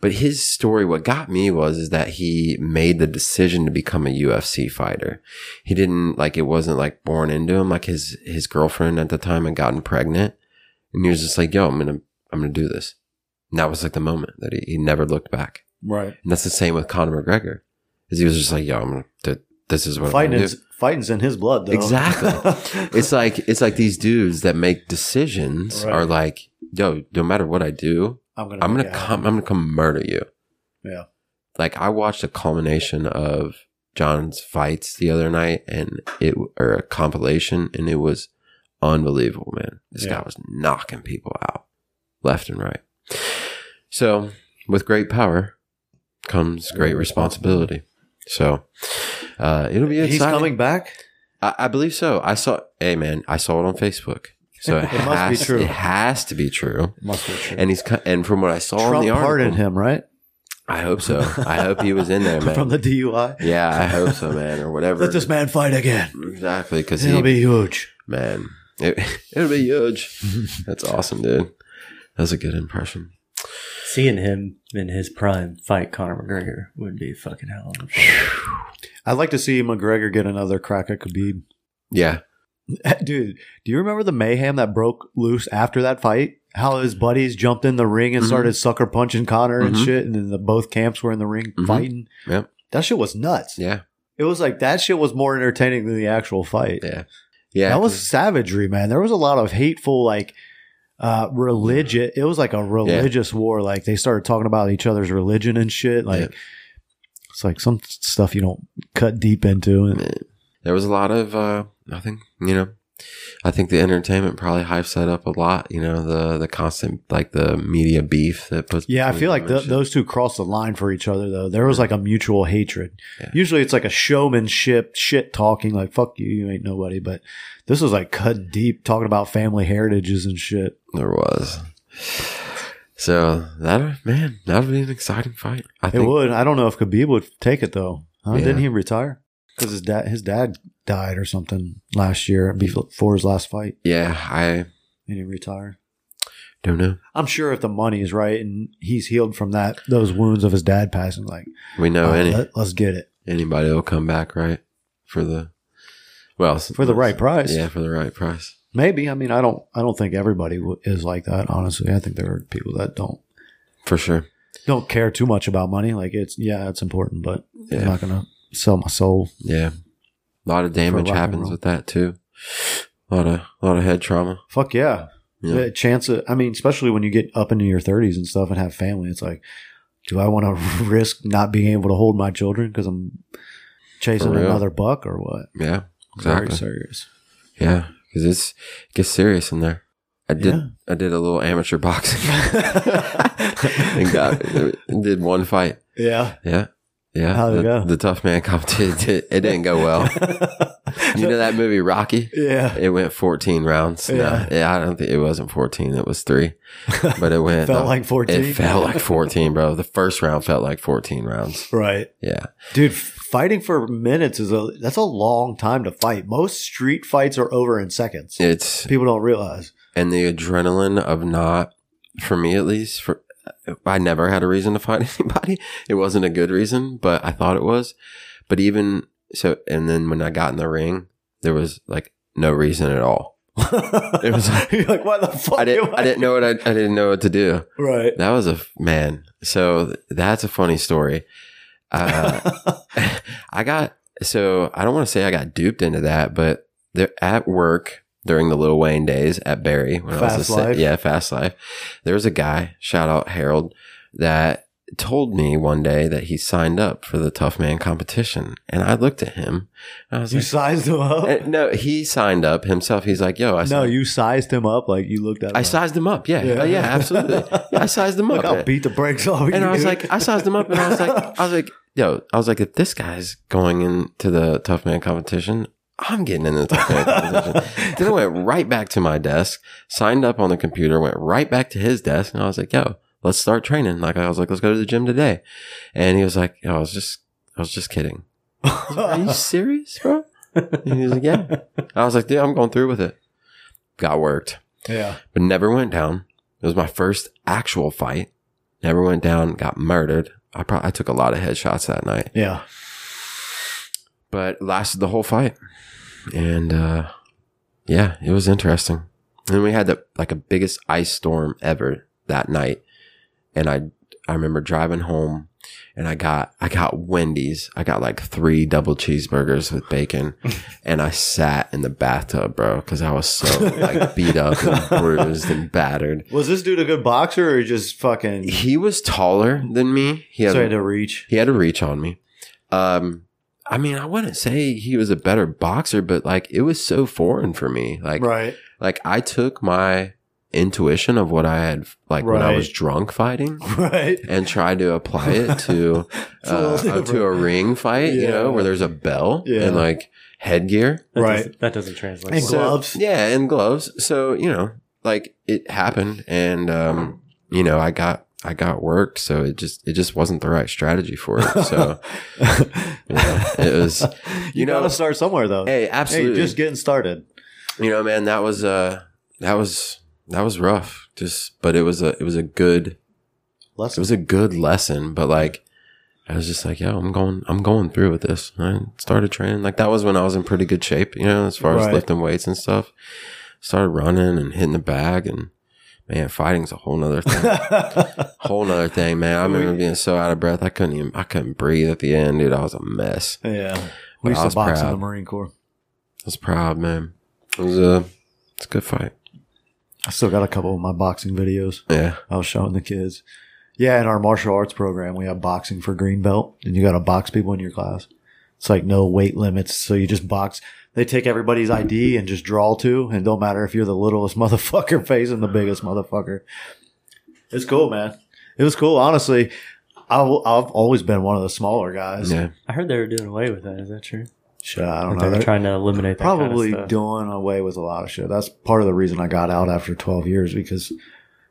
but his story, what got me was, is that he made the decision to become a UFC fighter. He didn't like, it wasn't like born into him. Like his, his girlfriend at the time had gotten pregnant and he was just like, yo, I'm going to, I'm going to do this. And that was like the moment that he, he never looked back.
Right.
And that's the same with Conor McGregor is he was just like, yo, I'm going to, this is what I'm
Fighting
gonna do.
is, fighting's in his blood, though.
uh, Exactly. it's like it's like these dudes that make decisions
Right.
are like, yo, no matter what I do,
I'm gonna.
I'm gonna
make it
come I'm gonna come murder you.
Yeah.
Like I watched a culmination of John's fights the other night and it or a compilation and it was unbelievable, man. This
Yeah.
guy was knocking people out left and right. So, with great power comes great responsibility. So, uh, it'll be
He's
exciting.
coming back.
I, I believe so. I saw. Hey, man, I saw it on Facebook. So it,
It must be
has,
true.
It has to be true.
Must be true.
And he's co- and from what I saw in
Trump
the article,
pardoned him, right?
I hope so. I hope he was in there, man.
From the DUI.
yeah, I hope so, man, or whatever.
Let this man fight again.
exactly, because he
It'll be huge.
man, it, it'll be huge. That's awesome, dude. That was a good impression.
Seeing him in his prime fight Conor McGregor would be fucking hell. of a fight.
I'd like to see McGregor get another crack at Khabib.
Yeah,
Dude, do you remember the mayhem that broke loose after that fight? How his buddies jumped in the ring and
Mhm.
started sucker punching Connor and
Mhm.
shit, and then the, both camps were in the ring
Mhm.
fighting.
Yep.
That shit was nuts.
yeah,
It was like that shit was more entertaining than the actual fight.
yeah, yeah.
that was savagery, man. There was a lot of hateful, like uh religious. It was like a religious war. Like they started talking about each other's religion and shit. Like it's like some stuff you don't cut deep into. And,
there was a lot of uh, nothing, you know. I think the entertainment probably hypes that up a lot, you know, the the constant like the media beef that puts
Yeah, I
between
feel like
them
th
and
those two crossed the line for each other, though. There was like a mutual hatred.
Yeah.
Usually it's like a showmanship, shit talking, like, fuck you, you ain't nobody. But this was like cut deep, talking about family heritages and shit.
shit. there was. So that man, that would be an exciting fight. I
It
think
would. I don't know if Khabib would take it, though. Huh?
Yeah.
Didn't he retire? Because his dad, his dad died or something last year before his last fight,
Yeah, I
and he retired.
don't know.
I'm sure if the money is right and he's healed from that, those wounds of his dad passing, like,
We know
"All right,
any
let, us get it
anybody will come back, right? For the well,
for the right price.
Yeah, for the right price.
Maybe. I mean, I don't. I don't think everybody w- is like that. Honestly, I think there are people that don't
For sure.
don't care too much about money. Like it's yeah, it's important, but
Yeah.
I'm not gonna sell my soul.
Yeah. A lot of damage
rock and
happens
roll.
with that too. A lot of a lot of head trauma.
Fuck yeah.
Yeah.
The chance of, I mean, especially when you get up into your 30s and stuff and have family, it's like, do I want to risk not being able to hold my children because I'm chasing
For real.
another buck or what?
Yeah.
Very
Exactly.
serious.
Yeah, because it's it gets serious in there. I did
Yeah.
I did a little amateur boxing and got and did one fight.
yeah.
Yeah, yeah.
How'd it
the,
go?
the tough man competition did, it didn't go well. Oh. you know that movie Rocky?
yeah.
It went 14 rounds. No,
Yeah.
Yeah, I don't think it wasn't 14. It was three, but it went.
Felt like 14.
It felt like 14, bro. The first round felt like 14 rounds.
Right.
Yeah,
Dude, fighting for minutes is a that's a long time to fight. Most street fights are over in seconds.
it's
People don't realize.
and the adrenaline of not for me at least for i never had a reason to fight anybody it wasn't a good reason but i thought it was but even so and then when i got in the ring there was like no reason at all
it
was
like, You're like what the fuck?
i didn't
am
i didn't know what I, I didn't know what to do
Right.
that was a f- man so that's a funny story uh I got so I don't want to say I got duped into that, but they're at work during the Little Wayne days at Barry when I
Fast
was a, sa-
Life.
yeah Fast Life. There was a guy, shout out Harold, that told me one day that he signed up for the Tough Man competition, and I looked at him and I was
you
like,
sized him up.
eh, "No, he signed up himself." He's like, "Yo, I
no,
signed-
you sized him up like you looked at him.
I
like,
sized him up. Yeah, Oh,
Yeah.
yeah, yeah absolutely. Yeah, I sized him
Look,
up.
I'll beat the brakes off you.
And I was
dude.
like, I sized him up, and I was like, I was like, yo, I was like, if this guy's going into the tough man competition, I'm getting in the tough man competition. then I went right back to my desk, signed up on the computer, went right back to his desk, and I was like, yo, let's start training. Like I was like, let's go to the gym today, and he was like, yo, I was just, I was just kidding. Are you serious, bro? And he was like, yeah. I was like, dude, I'm going through with it. Got worked
yeah.
but never went down. It was my first actual fight. Never went down, got murdered. I probably I took a lot of headshots that night,
Yeah.
but lasted the whole fight. And uh, yeah, it was interesting. And we had the like a biggest ice storm ever that night. And I I remember driving home and I got I got Wendy's. I got like three double cheeseburgers with bacon and I sat in the bathtub, bro, cuz I was so like beat up and bruised and battered.
Was this dude a good boxer or just fucking
he was taller than me. He had
sorry to reach?
he had a reach on me. Um, I mean, I wouldn't say he was a better boxer, but like it was so foreign for me. Like
right.
like I took my intuition of what I had like when I was
Right.
drunk fighting
right?
and tried to apply it to
It's a
uh,
little
uh, to a
different.
ring fight, you know,
Yeah.
where there's a belt
Yeah.
and like headgear.
That
Right.
doesn't, that doesn't translate.
And
well.
So-
gloves.
Yeah, and gloves. So, you know, like it happened and um, you know, I got I got worked, so it just it just wasn't the right strategy for it. So yeah, it was-
You,
you know-
gotta start somewhere though.
hey,
hey,
absolutely.
just getting started.
you know, man, that was uh that was that was rough. Just but it was a it was a good it
Let's
was a good lesson, but like I was just like, yo, I'm going I'm going through with this. And I started training. Like that was when I was in pretty good shape, you know, as far
Right.
as lifting weights and stuff. Started running and hitting the bag and man, fighting's a whole nother thing. whole nother thing, man. I remember being so out of breath I couldn't even I couldn't breathe at the end, dude. I was a mess.
yeah,
But
we
I
used
was
to box in
proud.
the Marine Corps.
I was proud, man. It was a it's a good fight.
I still got a couple of my boxing videos.
Yeah.
I was showing the kids. Yeah, in our martial arts program, we have boxing for green belt, and you got to box people in your class. It's like no weight limits, so you just box. They take everybody's ID and just draw two, and it don't matter if you're the littlest motherfucker facing the biggest motherfucker. It's cool, man. It was cool, honestly. I, have always been one of the smaller guys.
Yeah.
I heard they were doing away with that. Is that true?
Shit, I don't
Like
know.
they were
They're
trying to eliminate that
probably
kind of stuff.
doing away with a lot of shit. That's part of the reason I got out after 12 years because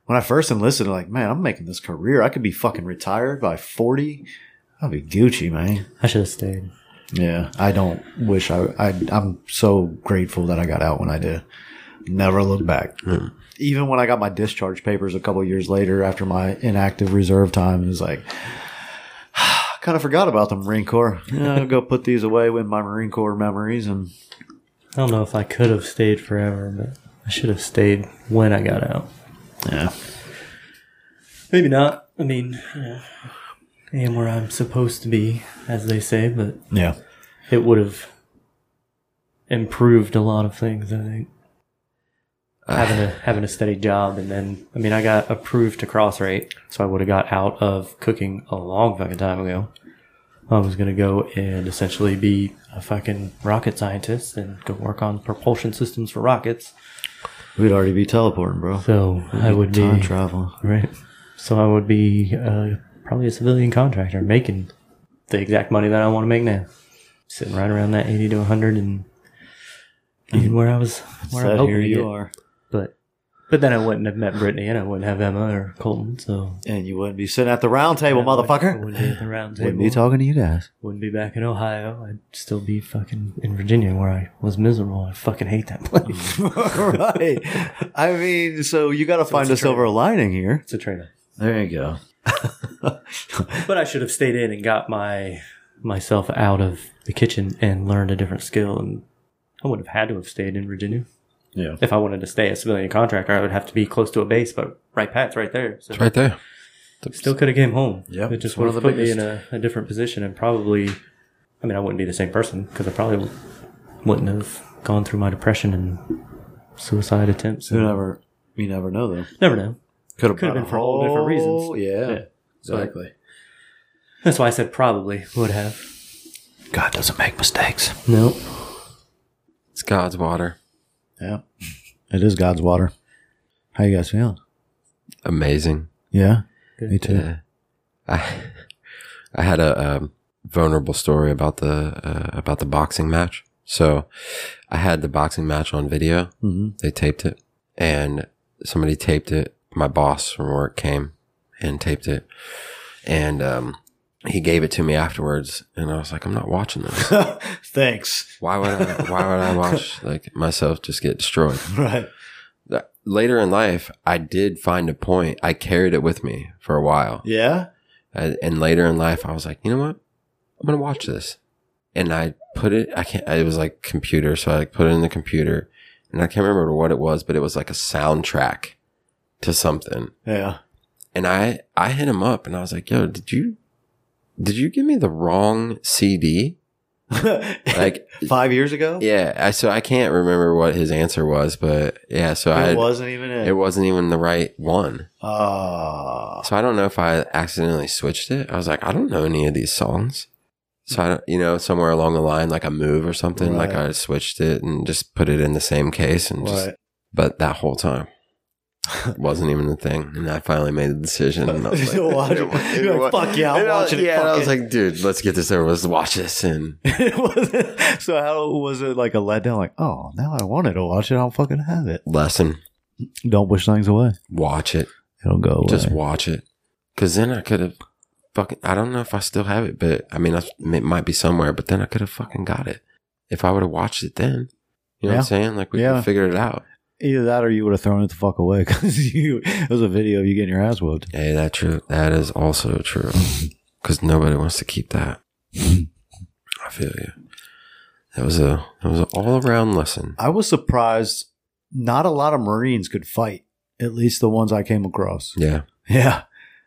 when I first enlisted, I'm like, man, I'm making this career. I could be fucking retired by 40. I'll be Gucci, man.
I should have stayed.
Yeah, I don't wish I, I. I'm so grateful that I got out when I did. Never look back.
Hmm.
Mm.
Even when I got my discharge papers a couple years later after my inactive reserve time, it was like, kind of forgot about the Marine Corps. Yeah, I'll go put these away with my Marine Corps memories and
I don't know if I could have stayed forever, but I should have stayed when I got out.
yeah.
Maybe not. I mean, you know, I am where I'm supposed to be, as they say, but
Yeah.
it would have improved a lot of things. I think having a having a steady job, and then I mean, I got approved to cross rate, so I would have got out of cooking a long fucking time ago. I was gonna go and essentially be a fucking rocket scientist and go work on propulsion systems for rockets.
We'd already be teleporting, bro.
So I would
Time
be
travel.
Right. So I would be uh, probably a civilian contractor making the exact money that I want to make now. Sitting right around that 80 to 100 and
Mm-hmm.
getting where I was, where I
Said,
hoping
here
to
you
get.
are,
But, but then I wouldn't have met Brittany and I wouldn't have Emma or Colton. So,
and you wouldn't be sitting at the round table,
I wouldn't- I
motherfucker.
Wouldn't be at the round table.
Wouldn't be talking to you guys.
Wouldn't be back in Ohio. I'd still be fucking in Virginia where I was miserable. I fucking hate that
Mm-hmm.
place.
right. I mean, so you got to find a
it's a
silver lining here.
it's a trade off.
There you go.
But I should have stayed in and got my myself out of the kitchen and learned a different skill, and I would have had to have stayed in Virginia.
Yeah.
If I wanted to stay a civilian contractor, I would have to be close to a base, but right Pat's right there. So
It's right there.
still could have came home.
Yep,
It just
one
would
of
have
the
put me in a, a different position and probably I mean I wouldn't be the same person because I probably wouldn't have gone through my depression and suicide attempts.
You
and-
never, you never know though.
Never know.
Could have
Could've been for all different reasons.
Yeah,
Yeah.
exactly.
That's why I said probably would have.
God doesn't make mistakes.
Nope.
It's God's water.
Yeah, it is God's water. How you guys feeling?
Amazing.
Yeah,
Good.
me too.
Yeah. I I had a um, vulnerable story about the uh, about the boxing match. So I had the boxing match on video.
hmm
They taped it, and somebody taped it. My boss from work came and taped it, and um, he gave it to me afterwards. And I was like, I'm not watching this.
Mm-hmm. Thanks.
Why would I? Why would I watch like myself just get destroyed?
Right.
That- Later in life, I did find a point. I carried it with me for a while.
Yeah.
I, and later in life, I was like, you know what? I'm gonna watch this, and I put it. I can't. It was like computer, so I like put it in the computer, and I can't remember what it was, but it was like a soundtrack to something.
Yeah.
And I I hit him up, and I was like, yo, did you did you give me the wrong CD? Like,
five years ago.
yeah. I, so I can't remember what his answer was, but yeah. So I
It wasn't even it.
it wasn't even the right one.
Ah,
So I don't know if I accidentally switched it. I was like, I don't know any of these songs. So I, don't- you know, somewhere along the line, like a move or something, like
Right.
I switched it and just put it in the same case and just
right.
But that whole time wasn't even a thing. And I finally made the decision. And I was
You're
like,
watching- you're like, "Fuck yeah, I'm
And I-
watching it,
Yeah, and I
fuck
was
it."
like, dude, let's get this over. Let's watch this. And
It wasn't- so how was it like a letdown? Like, oh, now I wanted to watch it. I'll fucking have it.
lesson,
Don't push things away.
watch it.
It'll go away.
Just watch it. Because then I could have fucking, I don't know if I still have it, but I mean, I, it might be somewhere, but then I could have fucking got it if I would have watched it then. You know what
Yeah.
I'm saying? Like, we
Yeah.
could figure it out.
Either that, or you would have thrown it the fuck away because you it was a video of you getting your ass whooped.
Hey, that true. That is also true. Because nobody wants to keep that. I feel you. That was a that was an all around lesson.
I was surprised. Not a lot of Marines could fight. At least the ones I came across.
Yeah,
Yeah,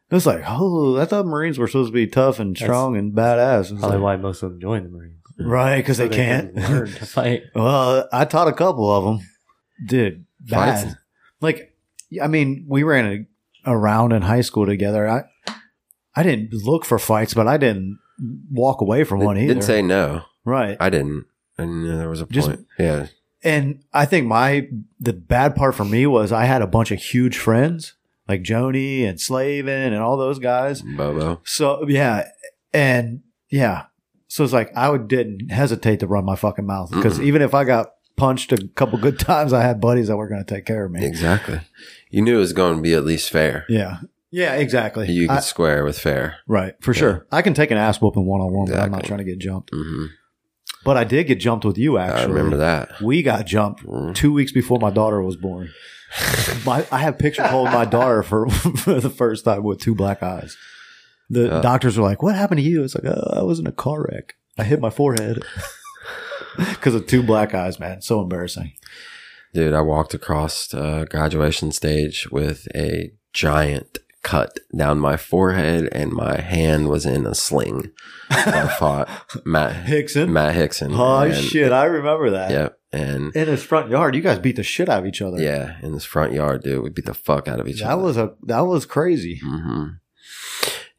it was like, oh, I thought Marines were supposed to be tough and
That's
strong and badass. It was
Probably
like,
why most of them join the Marines.
right, because
So
they, can't.
can learn to fight.
Well, I taught a couple of them, dude. Bad.
Fights.
Like, I mean, we ran a, around in high school together. I, I didn't look for fights, but I didn't walk away from one either.
didn't say no.
right.
I didn't. I knew there was a
Just-
point. Yeah,
and I think my the bad part for me was I had a bunch of huge friends like Joni and Slavin and all those guys.
Bobo.
So yeah, and yeah, so it's like I would, didn't hesitate to run my fucking mouth because
Mm-mm.
even if I got punched a couple good times, I had buddies that were going to take care of me.
Exactly. You knew it was going to be at least fair.
Yeah, yeah, exactly.
You could
I-
square with fair.
right for
Yeah.
sure. I can take an ass whooping one on one, but I'm not
Exactly.
trying to get jumped.
hmm
But I did get jumped with you. Actually,
I remember that.
We got jumped
Mhm.
two weeks before my daughter was born. My, I have pictures holding my daughter for, for the first time with two black eyes. The
Yeah.
doctors were like, "What happened to you?" It's like, "Uh, "I was in a car wreck. I hit my forehead because of two black eyes." Man, so embarrassing.
Dude, I walked across uh, graduation stage with a giant cut down my forehead, and my hand was in a sling. I fought Matt
Hickson.
Matt Hickson.
oh
and-
shit, I remember that.
Yep, and
In his front yard, you guys beat the shit out of each other.
yeah, in his front yard, dude, we beat the fuck out of each
that
other.
was a that was crazy.
hmm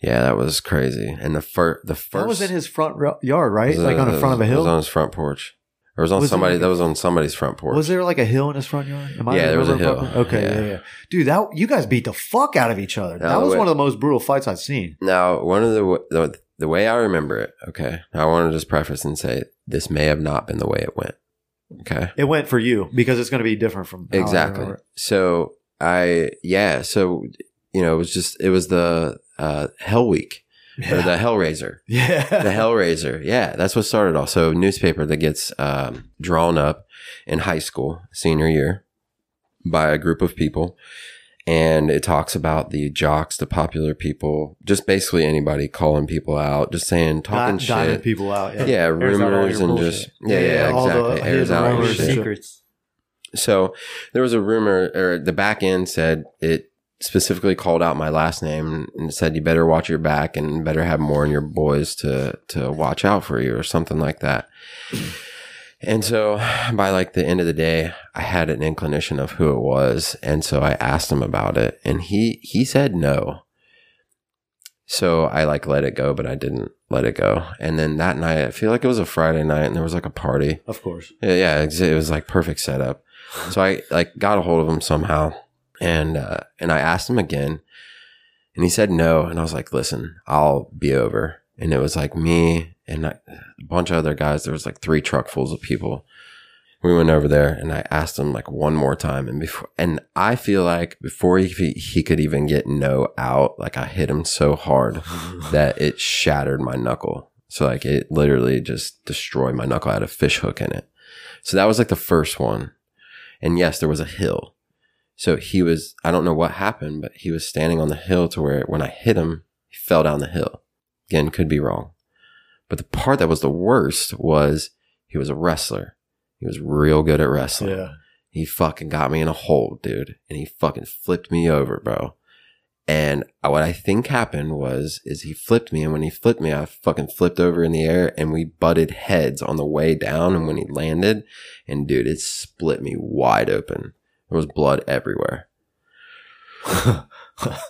Yeah, that was crazy. And the fir- the first
That was in his front ro- yard, right?
was,
like on the
uh,
front of a
It was on
hill.
his front porch. Or it was on
Was it
somebody
like-
that was on somebody's front porch.
Was there like a hill in his front yard? Am
Yeah, there was a
remembering
hill.
properly? Okay,
Yeah.
yeah. yeah, Dude, that you guys beat the fuck out of each other.
No,
that was
wait.
one of the most brutal fights I've seen.
Now, one of the, w- the the way I remember it, okay. I want to just preface and say this may have not been the way it went. Okay.
It went for you because it's going to be different from how Oh, I
exactly.
remember it.
So I yeah. So you know, it was just it was the uh, Hell Week or
Yeah,
the Hellraiser.
yeah.
the Hellraiser. Yeah, that's what started all. So newspaper that gets um, drawn up in high school senior year by a group of people, and it talks about the jocks, the popular people, just basically anybody calling people out, just saying talking
Not diming
shit.
people out. Yeah,
Yeah,
Airs out all
rumors
your
and
bullshit.
just yeah, yeah,
Yeah, all the
exactly. Airs
hidden
out your
rumors.
shit.
secrets.
So there was a rumor, or the back end said it specifically called out my last name and said you better watch your back and better have more in your boys to to watch out for you or something like that. And so by like the end of the day, I had an inclination of who it was, and so I asked him about it, and he he said no. So I like let it go, but I didn't let it go. And then that night, I feel like it was a Friday night, and there was like a party.
of course.
Yeah, yeah, ex- it was like perfect setup. So I like got a hold of him somehow, and uh, and I asked him again, and he said no, and I was like, listen, I'll be over. And it was like me and like, a bunch of other guys. There was like three truckfuls of people. We went over there, and I asked him like one more time, and before, and I feel like before he he could even get no out, like I hit him so hard that it shattered my knuckle. So like it literally just destroyed my knuckle. I had a fish hook in it. So that was like the first one. And yes, there was a hill. So he was I don't know what happened, but he was standing on the hill to where when I hit him, he fell down the hill. Again, could be wrong. But the part that was the worst was he was a wrestler. He was real good at wrestling.
Yeah,
He fucking got me in a hole, dude, and he fucking flipped me over, bro. And uh, what I think happened was, is he flipped me, and when he flipped me, I fucking flipped over in the air, and we butted heads on the way down. And when he landed, and dude, it split me wide open. There was blood everywhere.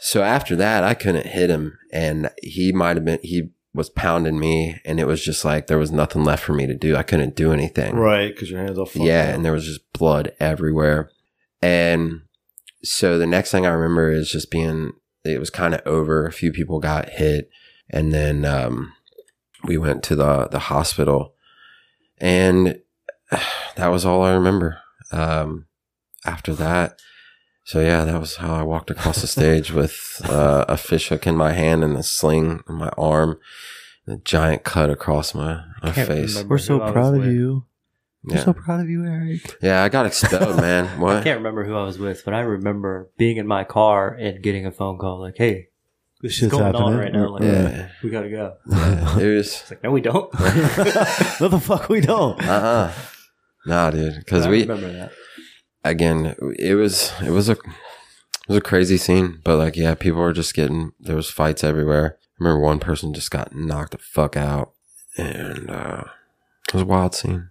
so after that, I couldn't hit him, and he might have been he was pounding me, and it was just like there was nothing left for me to do. I couldn't do anything.
right. Because your hands all fucked
Yeah,
up.
and there was just blood everywhere. And so the next thing I remember is just being, it was kind of over. A few people got hit. And then um, we went to the, the hospital. And that was all I remember. Um, after that, so yeah, that was how I walked across the stage with uh, a fish hook in my hand and a sling in my arm, and a giant cut across my, my
can't
face.
remember
We're
who
so
I was
proud of
with.
you. We're
Yeah.
so proud of you, Eric.
yeah, I got expelled, man.
I
What?
can't remember who I was with, but I remember being in my car and getting a phone call like, "Hey, this
Shit's
is going on
happening.
right now. Like,
Yeah.
we gotta go."
yeah, it was.
It's like, no, we don't.
no, the fuck we don't.
Uh uh Nah, dude. Because
I
we,
remember that.
again, it was it was a it was a crazy scene, but like yeah, people were just getting there was fights everywhere. I remember one person just got knocked the fuck out, and uh, it was a wild scene.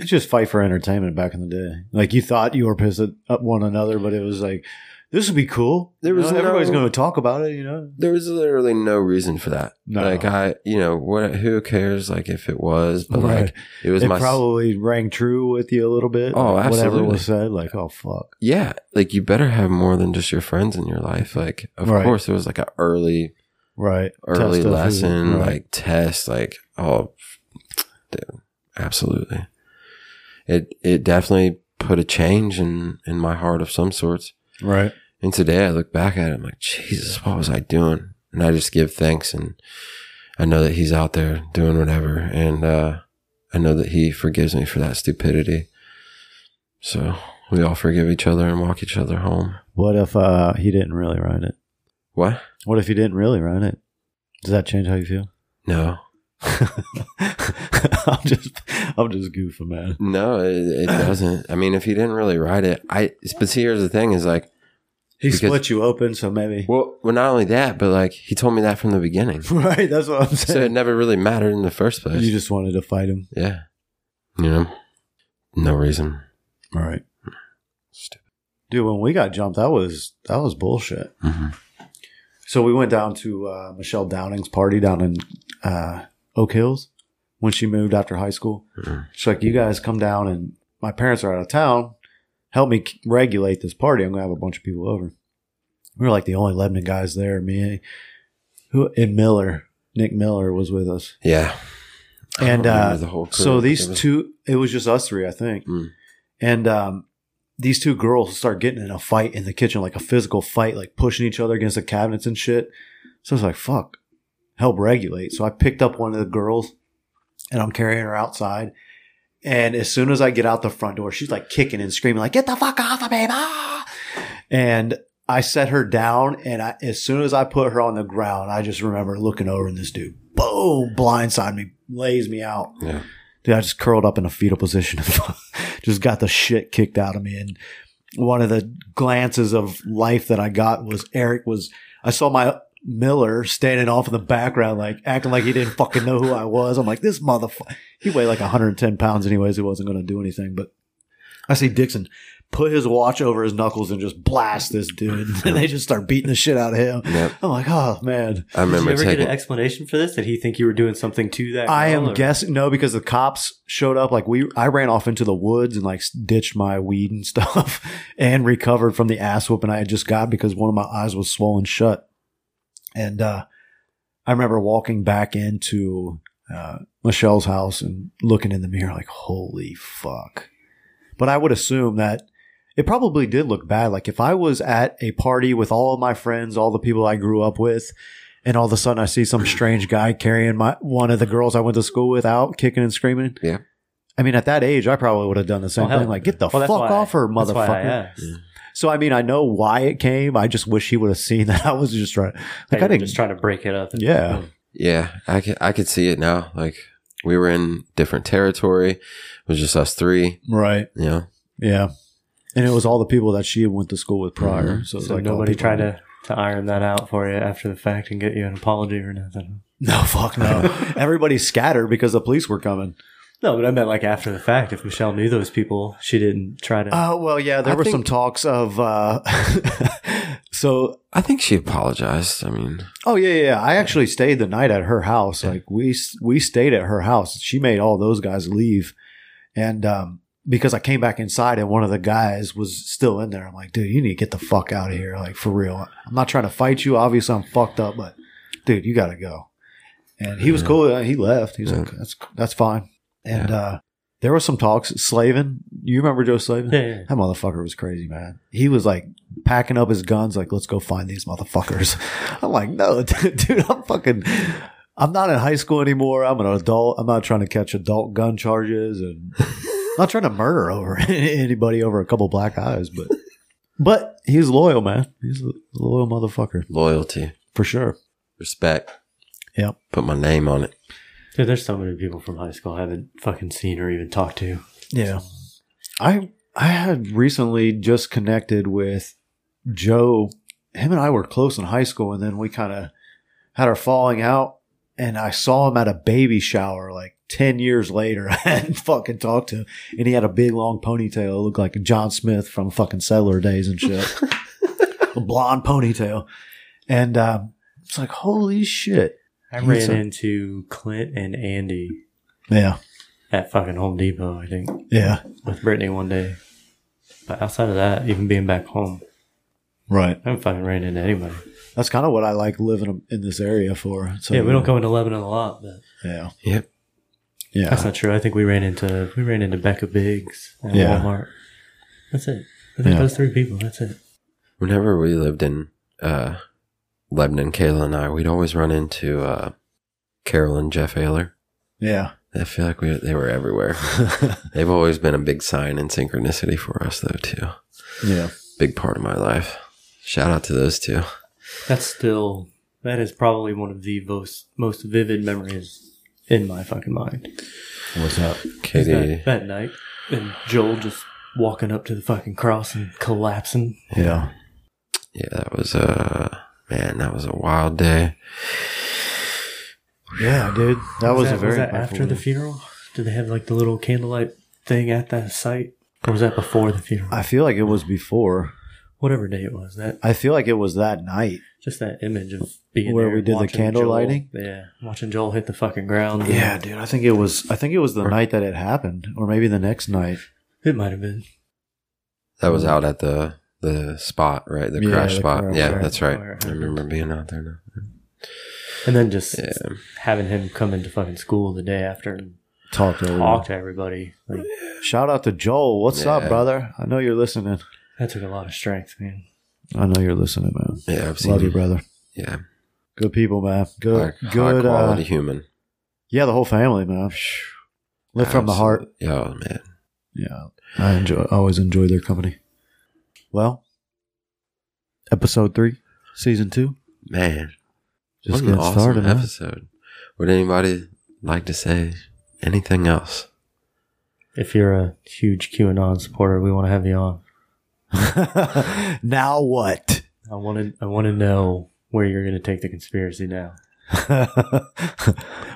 It's just fight for entertainment back in the day. Like you thought you were pissed at at one another, but it was like this would be cool.
There
You
was
know, everybody's
no-
going to talk about it. You know,
There was literally no reason for that.
No.
Like I, you know, what? Who cares? Like if it was, but
Right.
like it was
it
my
probably rang true with you a little bit.
Oh,
Whatever
absolutely.
was said, like oh fuck,
yeah. Like you better have more than just your friends in your life. Like of
Right.
course, it was like an early
right?
early
Test of
lesson,
who- right.
like test, like oh, dude, absolutely. It it definitely put a change in in my heart of some sorts.
right,
And today I look back at it, I'm like, Jesus, what was I doing? And I just give thanks, and I know that He's out there doing whatever, and uh, I know that He forgives me for that stupidity. So we all forgive each other and walk each other home.
What if uh, he didn't really run it?
What?
What if he didn't really run it? Does that change how you feel?
No,
I'm just, I'm just goofing, man.
No, it, it doesn't. I mean, if he didn't really write it, I. But see, here's the thing: is like,
He
Because-
split you open, so maybe.
well, well, not only that, but like he told me that from the beginning,
right, that's what I'm
so it
saying.
never really mattered in the first place.
you just wanted to fight him.
yeah, you know, no reason.
All right,
Stupid.
dude. When we got jumped, that was that was bullshit.
hmm
Mm-hmm. So we went down to uh, Michelle Downing's party down in uh, Oak Hills when she moved after high school.
Mhm.
She's like, "You guys come down, and my parents are out of town. Help me k- regulate this party. I'm gonna have a bunch of people over." We were like the only Lebanon guys there. Me, who and Miller, Nick Miller was with us,
Yeah, I
and
don't remember
uh,
the whole crew.
so these
It was-
two, it was just us three, I think,
Mm.
and um. These two girls start getting in a fight in the kitchen, like a physical fight, like pushing each other against the cabinets and shit. So I was like, fuck, help regulate. So I picked up one of the girls and I'm carrying her outside. And as soon as I get out the front door, she's like kicking and screaming, like, get the fuck off of me. ma!" And I set her down. And I, as soon as I put her on the ground, I just remember looking over and this dude, boom, blindside me, lays me out.
Yeah.
Dude, I just curled up in a fetal position and just got the shit kicked out of me. And one of the glances of life that I got was Eric was I saw my Miller standing off in the background, like acting like he didn't fucking know who I was. I'm like, this motherfucker. He weighed like 110 pounds, anyways. He wasn't going to do anything. But I see Dixon put his watch over his knuckles and just blast this dude. And they just start beating the shit out of him.
Yep.
I'm like, oh, man.
I
Did you
remember
ever get
taking.
an explanation for this? Did he think you were doing something to that?
I
girl,
am
or-
guessing no, because the cops showed up. Like we, I ran off into the woods and like ditched my weed and stuff, and recovered from the ass whooping I had just got because one of my eyes was swollen shut. And uh, I remember walking back into uh, Michelle's house and looking in the mirror, like holy fuck. But I would assume that it probably did look bad. Like if I was at a party with all of my friends, all the people I grew up with, and all of a sudden I see some strange guy carrying my one of the girls I went to school with out, kicking and screaming.
Yeah.
I mean, at that age, I probably would have done the same
Oh, hell.
thing. Like, get the
Well,
fuck
that's why-
off her,
that's why I
motherfucker.
asked.
Yeah.
So, I mean, I know why it came. I just wish he would have seen that I was just trying.
They
Like, I
were
didn't.
just trying to break it up.
Yeah.
Yeah, I could, I could see it now. Like we were in different territory. It was just us three.
right.
You know.
Yeah. And it was all the people that she went to school with prior.
Mhm.
Mm-hmm. So, it was
So
like all
nobody
people-
tried to, to iron that out for you after the fact and get you an apology or nothing.
No, fuck no. Everybody scattered because the police were coming.
No, but I meant like after the fact. If Michelle knew those people, she didn't try to.
Oh, well, yeah. There
I
were
think-
some talks of. uh So
I think she apologized. I mean,
Oh yeah, yeah. yeah. I actually stayed the night at her house. Like we we stayed at her house. She made all those guys leave, and um, because I came back inside and one of the guys was still in there. I'm like, dude, you need to get the fuck out of here. Like, for real. I'm not trying to fight you. Obviously, I'm fucked up, but dude, you got to go. And he was
Yeah.
cool. He left. He was
Yeah.
like, that's, that's fine. And uh, there were some talks. Slavin, you remember Joe Slavin?
Yeah.
That motherfucker was crazy, man. He was like packing up his guns, like, let's go find these motherfuckers. I'm like, no, dude, I'm fucking, I'm not in high school anymore. I'm an adult. I'm not trying to catch adult gun charges and I'm not trying to murder over anybody over a couple black eyes, but, but he's loyal, man. He's a loyal motherfucker
Loyalty,
for sure.
respect.
Yep.
Put my name on it.
Dude, there's so many people from high school I haven't fucking seen or even talked to.
Yeah. I I had recently just connected with Joe. Him and I were close in high school and then we kind of had our falling out and I saw him at a baby shower like 10 years later. I hadn't fucking talked to him and he had a big long ponytail, looked like John Smith from fucking Settler Days and shit. a blonde ponytail. And um, it's like, holy shit.
I
He's
ran
a-
into Clint and Andy
Yeah.
at fucking Home Depot, I think,
Yeah.
with Brittany one day. But outside of that, even being back home,
Right.
I haven't fucking ran into anybody.
That's kind of what I like living in this area for. So,
yeah, we don't go into Lebanon a lot, but
Yeah.
Yep.
Yeah.
that's not true. I think we ran into we ran into Becca Biggs at
Yeah.
Walmart. That's it. I think
Yeah.
those three people. That's it.
Whenever we lived in uh, Lebanon, Kayla and I, we'd always run into uh, Carol and Jeff Ayler.
Yeah.
I feel like we, they were everywhere. They've always been a big sign in synchronicity for us, though, too.
yeah.
Big part of my life. Shout out to those two.
That's still that is probably one of the most most vivid memories in my fucking mind.
What's up?
Is
Katie,
That, that night, and Joel just walking up to the fucking cross and collapsing.
Yeah.
yeah, that was a man. That was a wild day.
Yeah, dude. That was, a very
that after the
impactful-
funeral. Did they have like the little candlelight thing at that site, or was that before the funeral?
I feel like it was before.
Whatever day it was, that
I feel like it was that night.
just that image of being
Where
there
we
and
did the
watching
candle
Joel-
lighting?
Yeah, watching Joel hit the fucking ground.
Yeah, dude. I think it was I think it was the night that it happened or maybe the next night.
it might have been.
That was out at the the spot, right? The
Mm-hmm. Yeah,
crash
the
spot.
crash,
yeah,
right.
that's right.
Where it
I remember being out there. Now.
And then just
Yeah.
having him come into fucking school the day after and
Talk to
talk to everybody. Like,
Shout out to Joel. What's
Yeah.
up, brother? I know you're listening.
that took a lot of strength, man.
I know you're listening, man.
Yeah, I've seen
Love you, brother.
Yeah,
Good people, man. Good
high, high
good
quality
uh,
human.
Yeah, the whole family, man. Live from the heart.
Absolute- Oh man,
Yeah, I enjoy. I always enjoy their company. Well, episode three, season two,
man,
just
what an
getting
awesome
started. man.
episode. Would anybody like to say anything else?
If you're a huge QAnon supporter, we want to have you on.
now what?
I wanted I want to know where you're going to take the conspiracy now.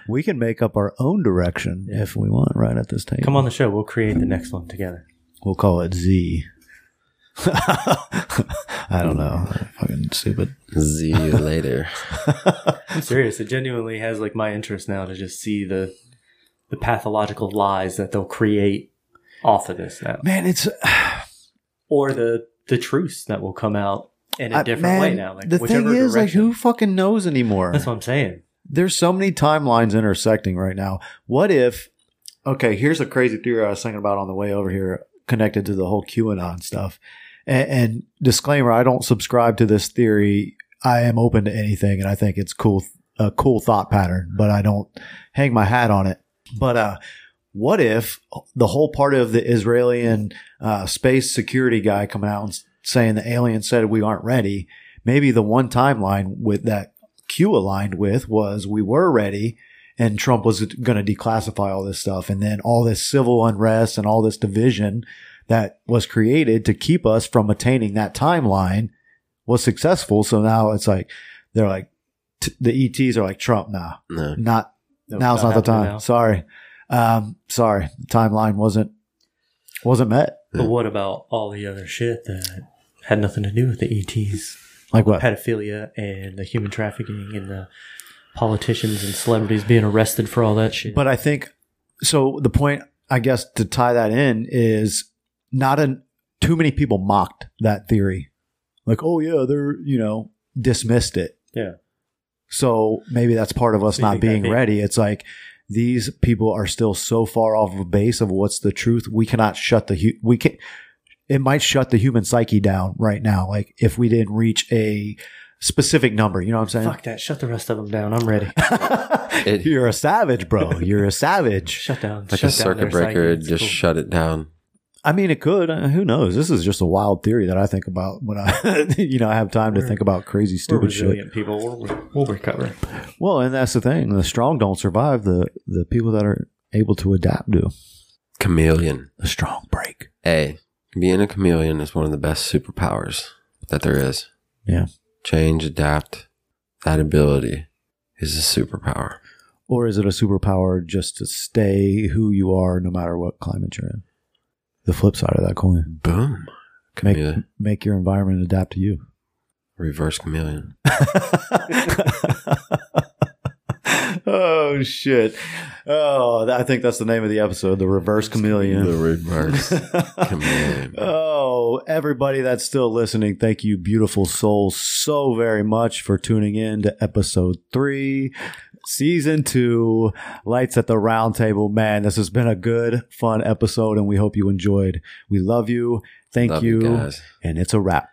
we can make up our own direction if we want. Right at this table,
Come on the show. We'll create the next one together.
We'll call it Z. I don't know. Fucking stupid.
See you later.
I'm serious. It genuinely has like my interest now to just see the the pathological lies that they'll create off of this now,
Man, it's
or the the truths that will come out in a
I-
different
man,
way now. Like
the
whichever
thing is, like,
direction.
who fucking knows anymore?
That's what I'm saying.
there's so many timelines intersecting right now. What if, okay, here's a crazy theory I was thinking about on the way over here, connected to the whole QAnon stuff. And, and disclaimer, I don't subscribe to this theory. I am open to anything, and I think it's cool, a cool thought pattern, but I don't hang my hat on it. But uh, what if the whole part of the Israeli and uh, space security guy coming out and s- saying the alien said we aren't ready? Maybe the one timeline with that Q aligned with was we were ready and Trump was going to declassify all this stuff. And then all this civil unrest and all this division that was created to keep us from attaining that timeline was successful. So now it's like, they're like, t- the ETs are like, Trump, nah,
No,
not,
No,
now's not, the
happening
time.
now.
Sorry. Um, sorry. The timeline wasn't, wasn't met.
But what about all the other shit that had nothing to do with the ETs?
Like what?
pedophilia and the human trafficking and the politicians and celebrities being arrested for all that shit.
But I think so. The point I guess to tie that in is not an too many people mocked that theory. Like, oh yeah, they're you know dismissed it.
Yeah.
So maybe that's part of us
You
not
think that
being
they-
ready. It's like these people are still so far off of base of what's the truth. We cannot shut the hu- we can. It might shut the human psyche down right now. Like if we didn't reach a specific number, you know what I'm saying?
Fuck that. Shut the rest of them down. I'm ready.
It-
You're a savage, bro. You're a savage.
Shut down.
Like
shut
a circuit
down their
breaker,
psyche. It's
just
cool.
shut it down.
I mean, it could. Uh, who knows? This is just a wild theory that I think about when I, you know, I have time to
We're-
think about crazy,
We're
stupid shit.
resilient people. We'll, we'll recover.
Well, and that's the thing. The strong don't survive. The the people that are able to adapt do.
Chameleon.
The strong break.
Hey, being a chameleon is one of the best superpowers that there is.
Yeah.
Change, adapt. That ability is a superpower.
Or is it a superpower just to stay who you are no matter what climate you're in? The flip side of that coin.
Boom.
Make
Chameleon.
make your environment adapt to you.
Reverse chameleon.
oh shit. Oh, that- I think that's the name of the episode, The Reverse Chameleon.
The reverse chameleon.
Oh, everybody that's still listening, thank you, beautiful souls, so very much for tuning in to episode three, season two, Lights at the Round Table. Man, this has been a good, fun episode, and we hope you enjoyed. We love you. Thank
Love
you.
you guys.
and it's a wrap.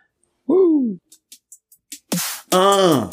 Woo! Uh.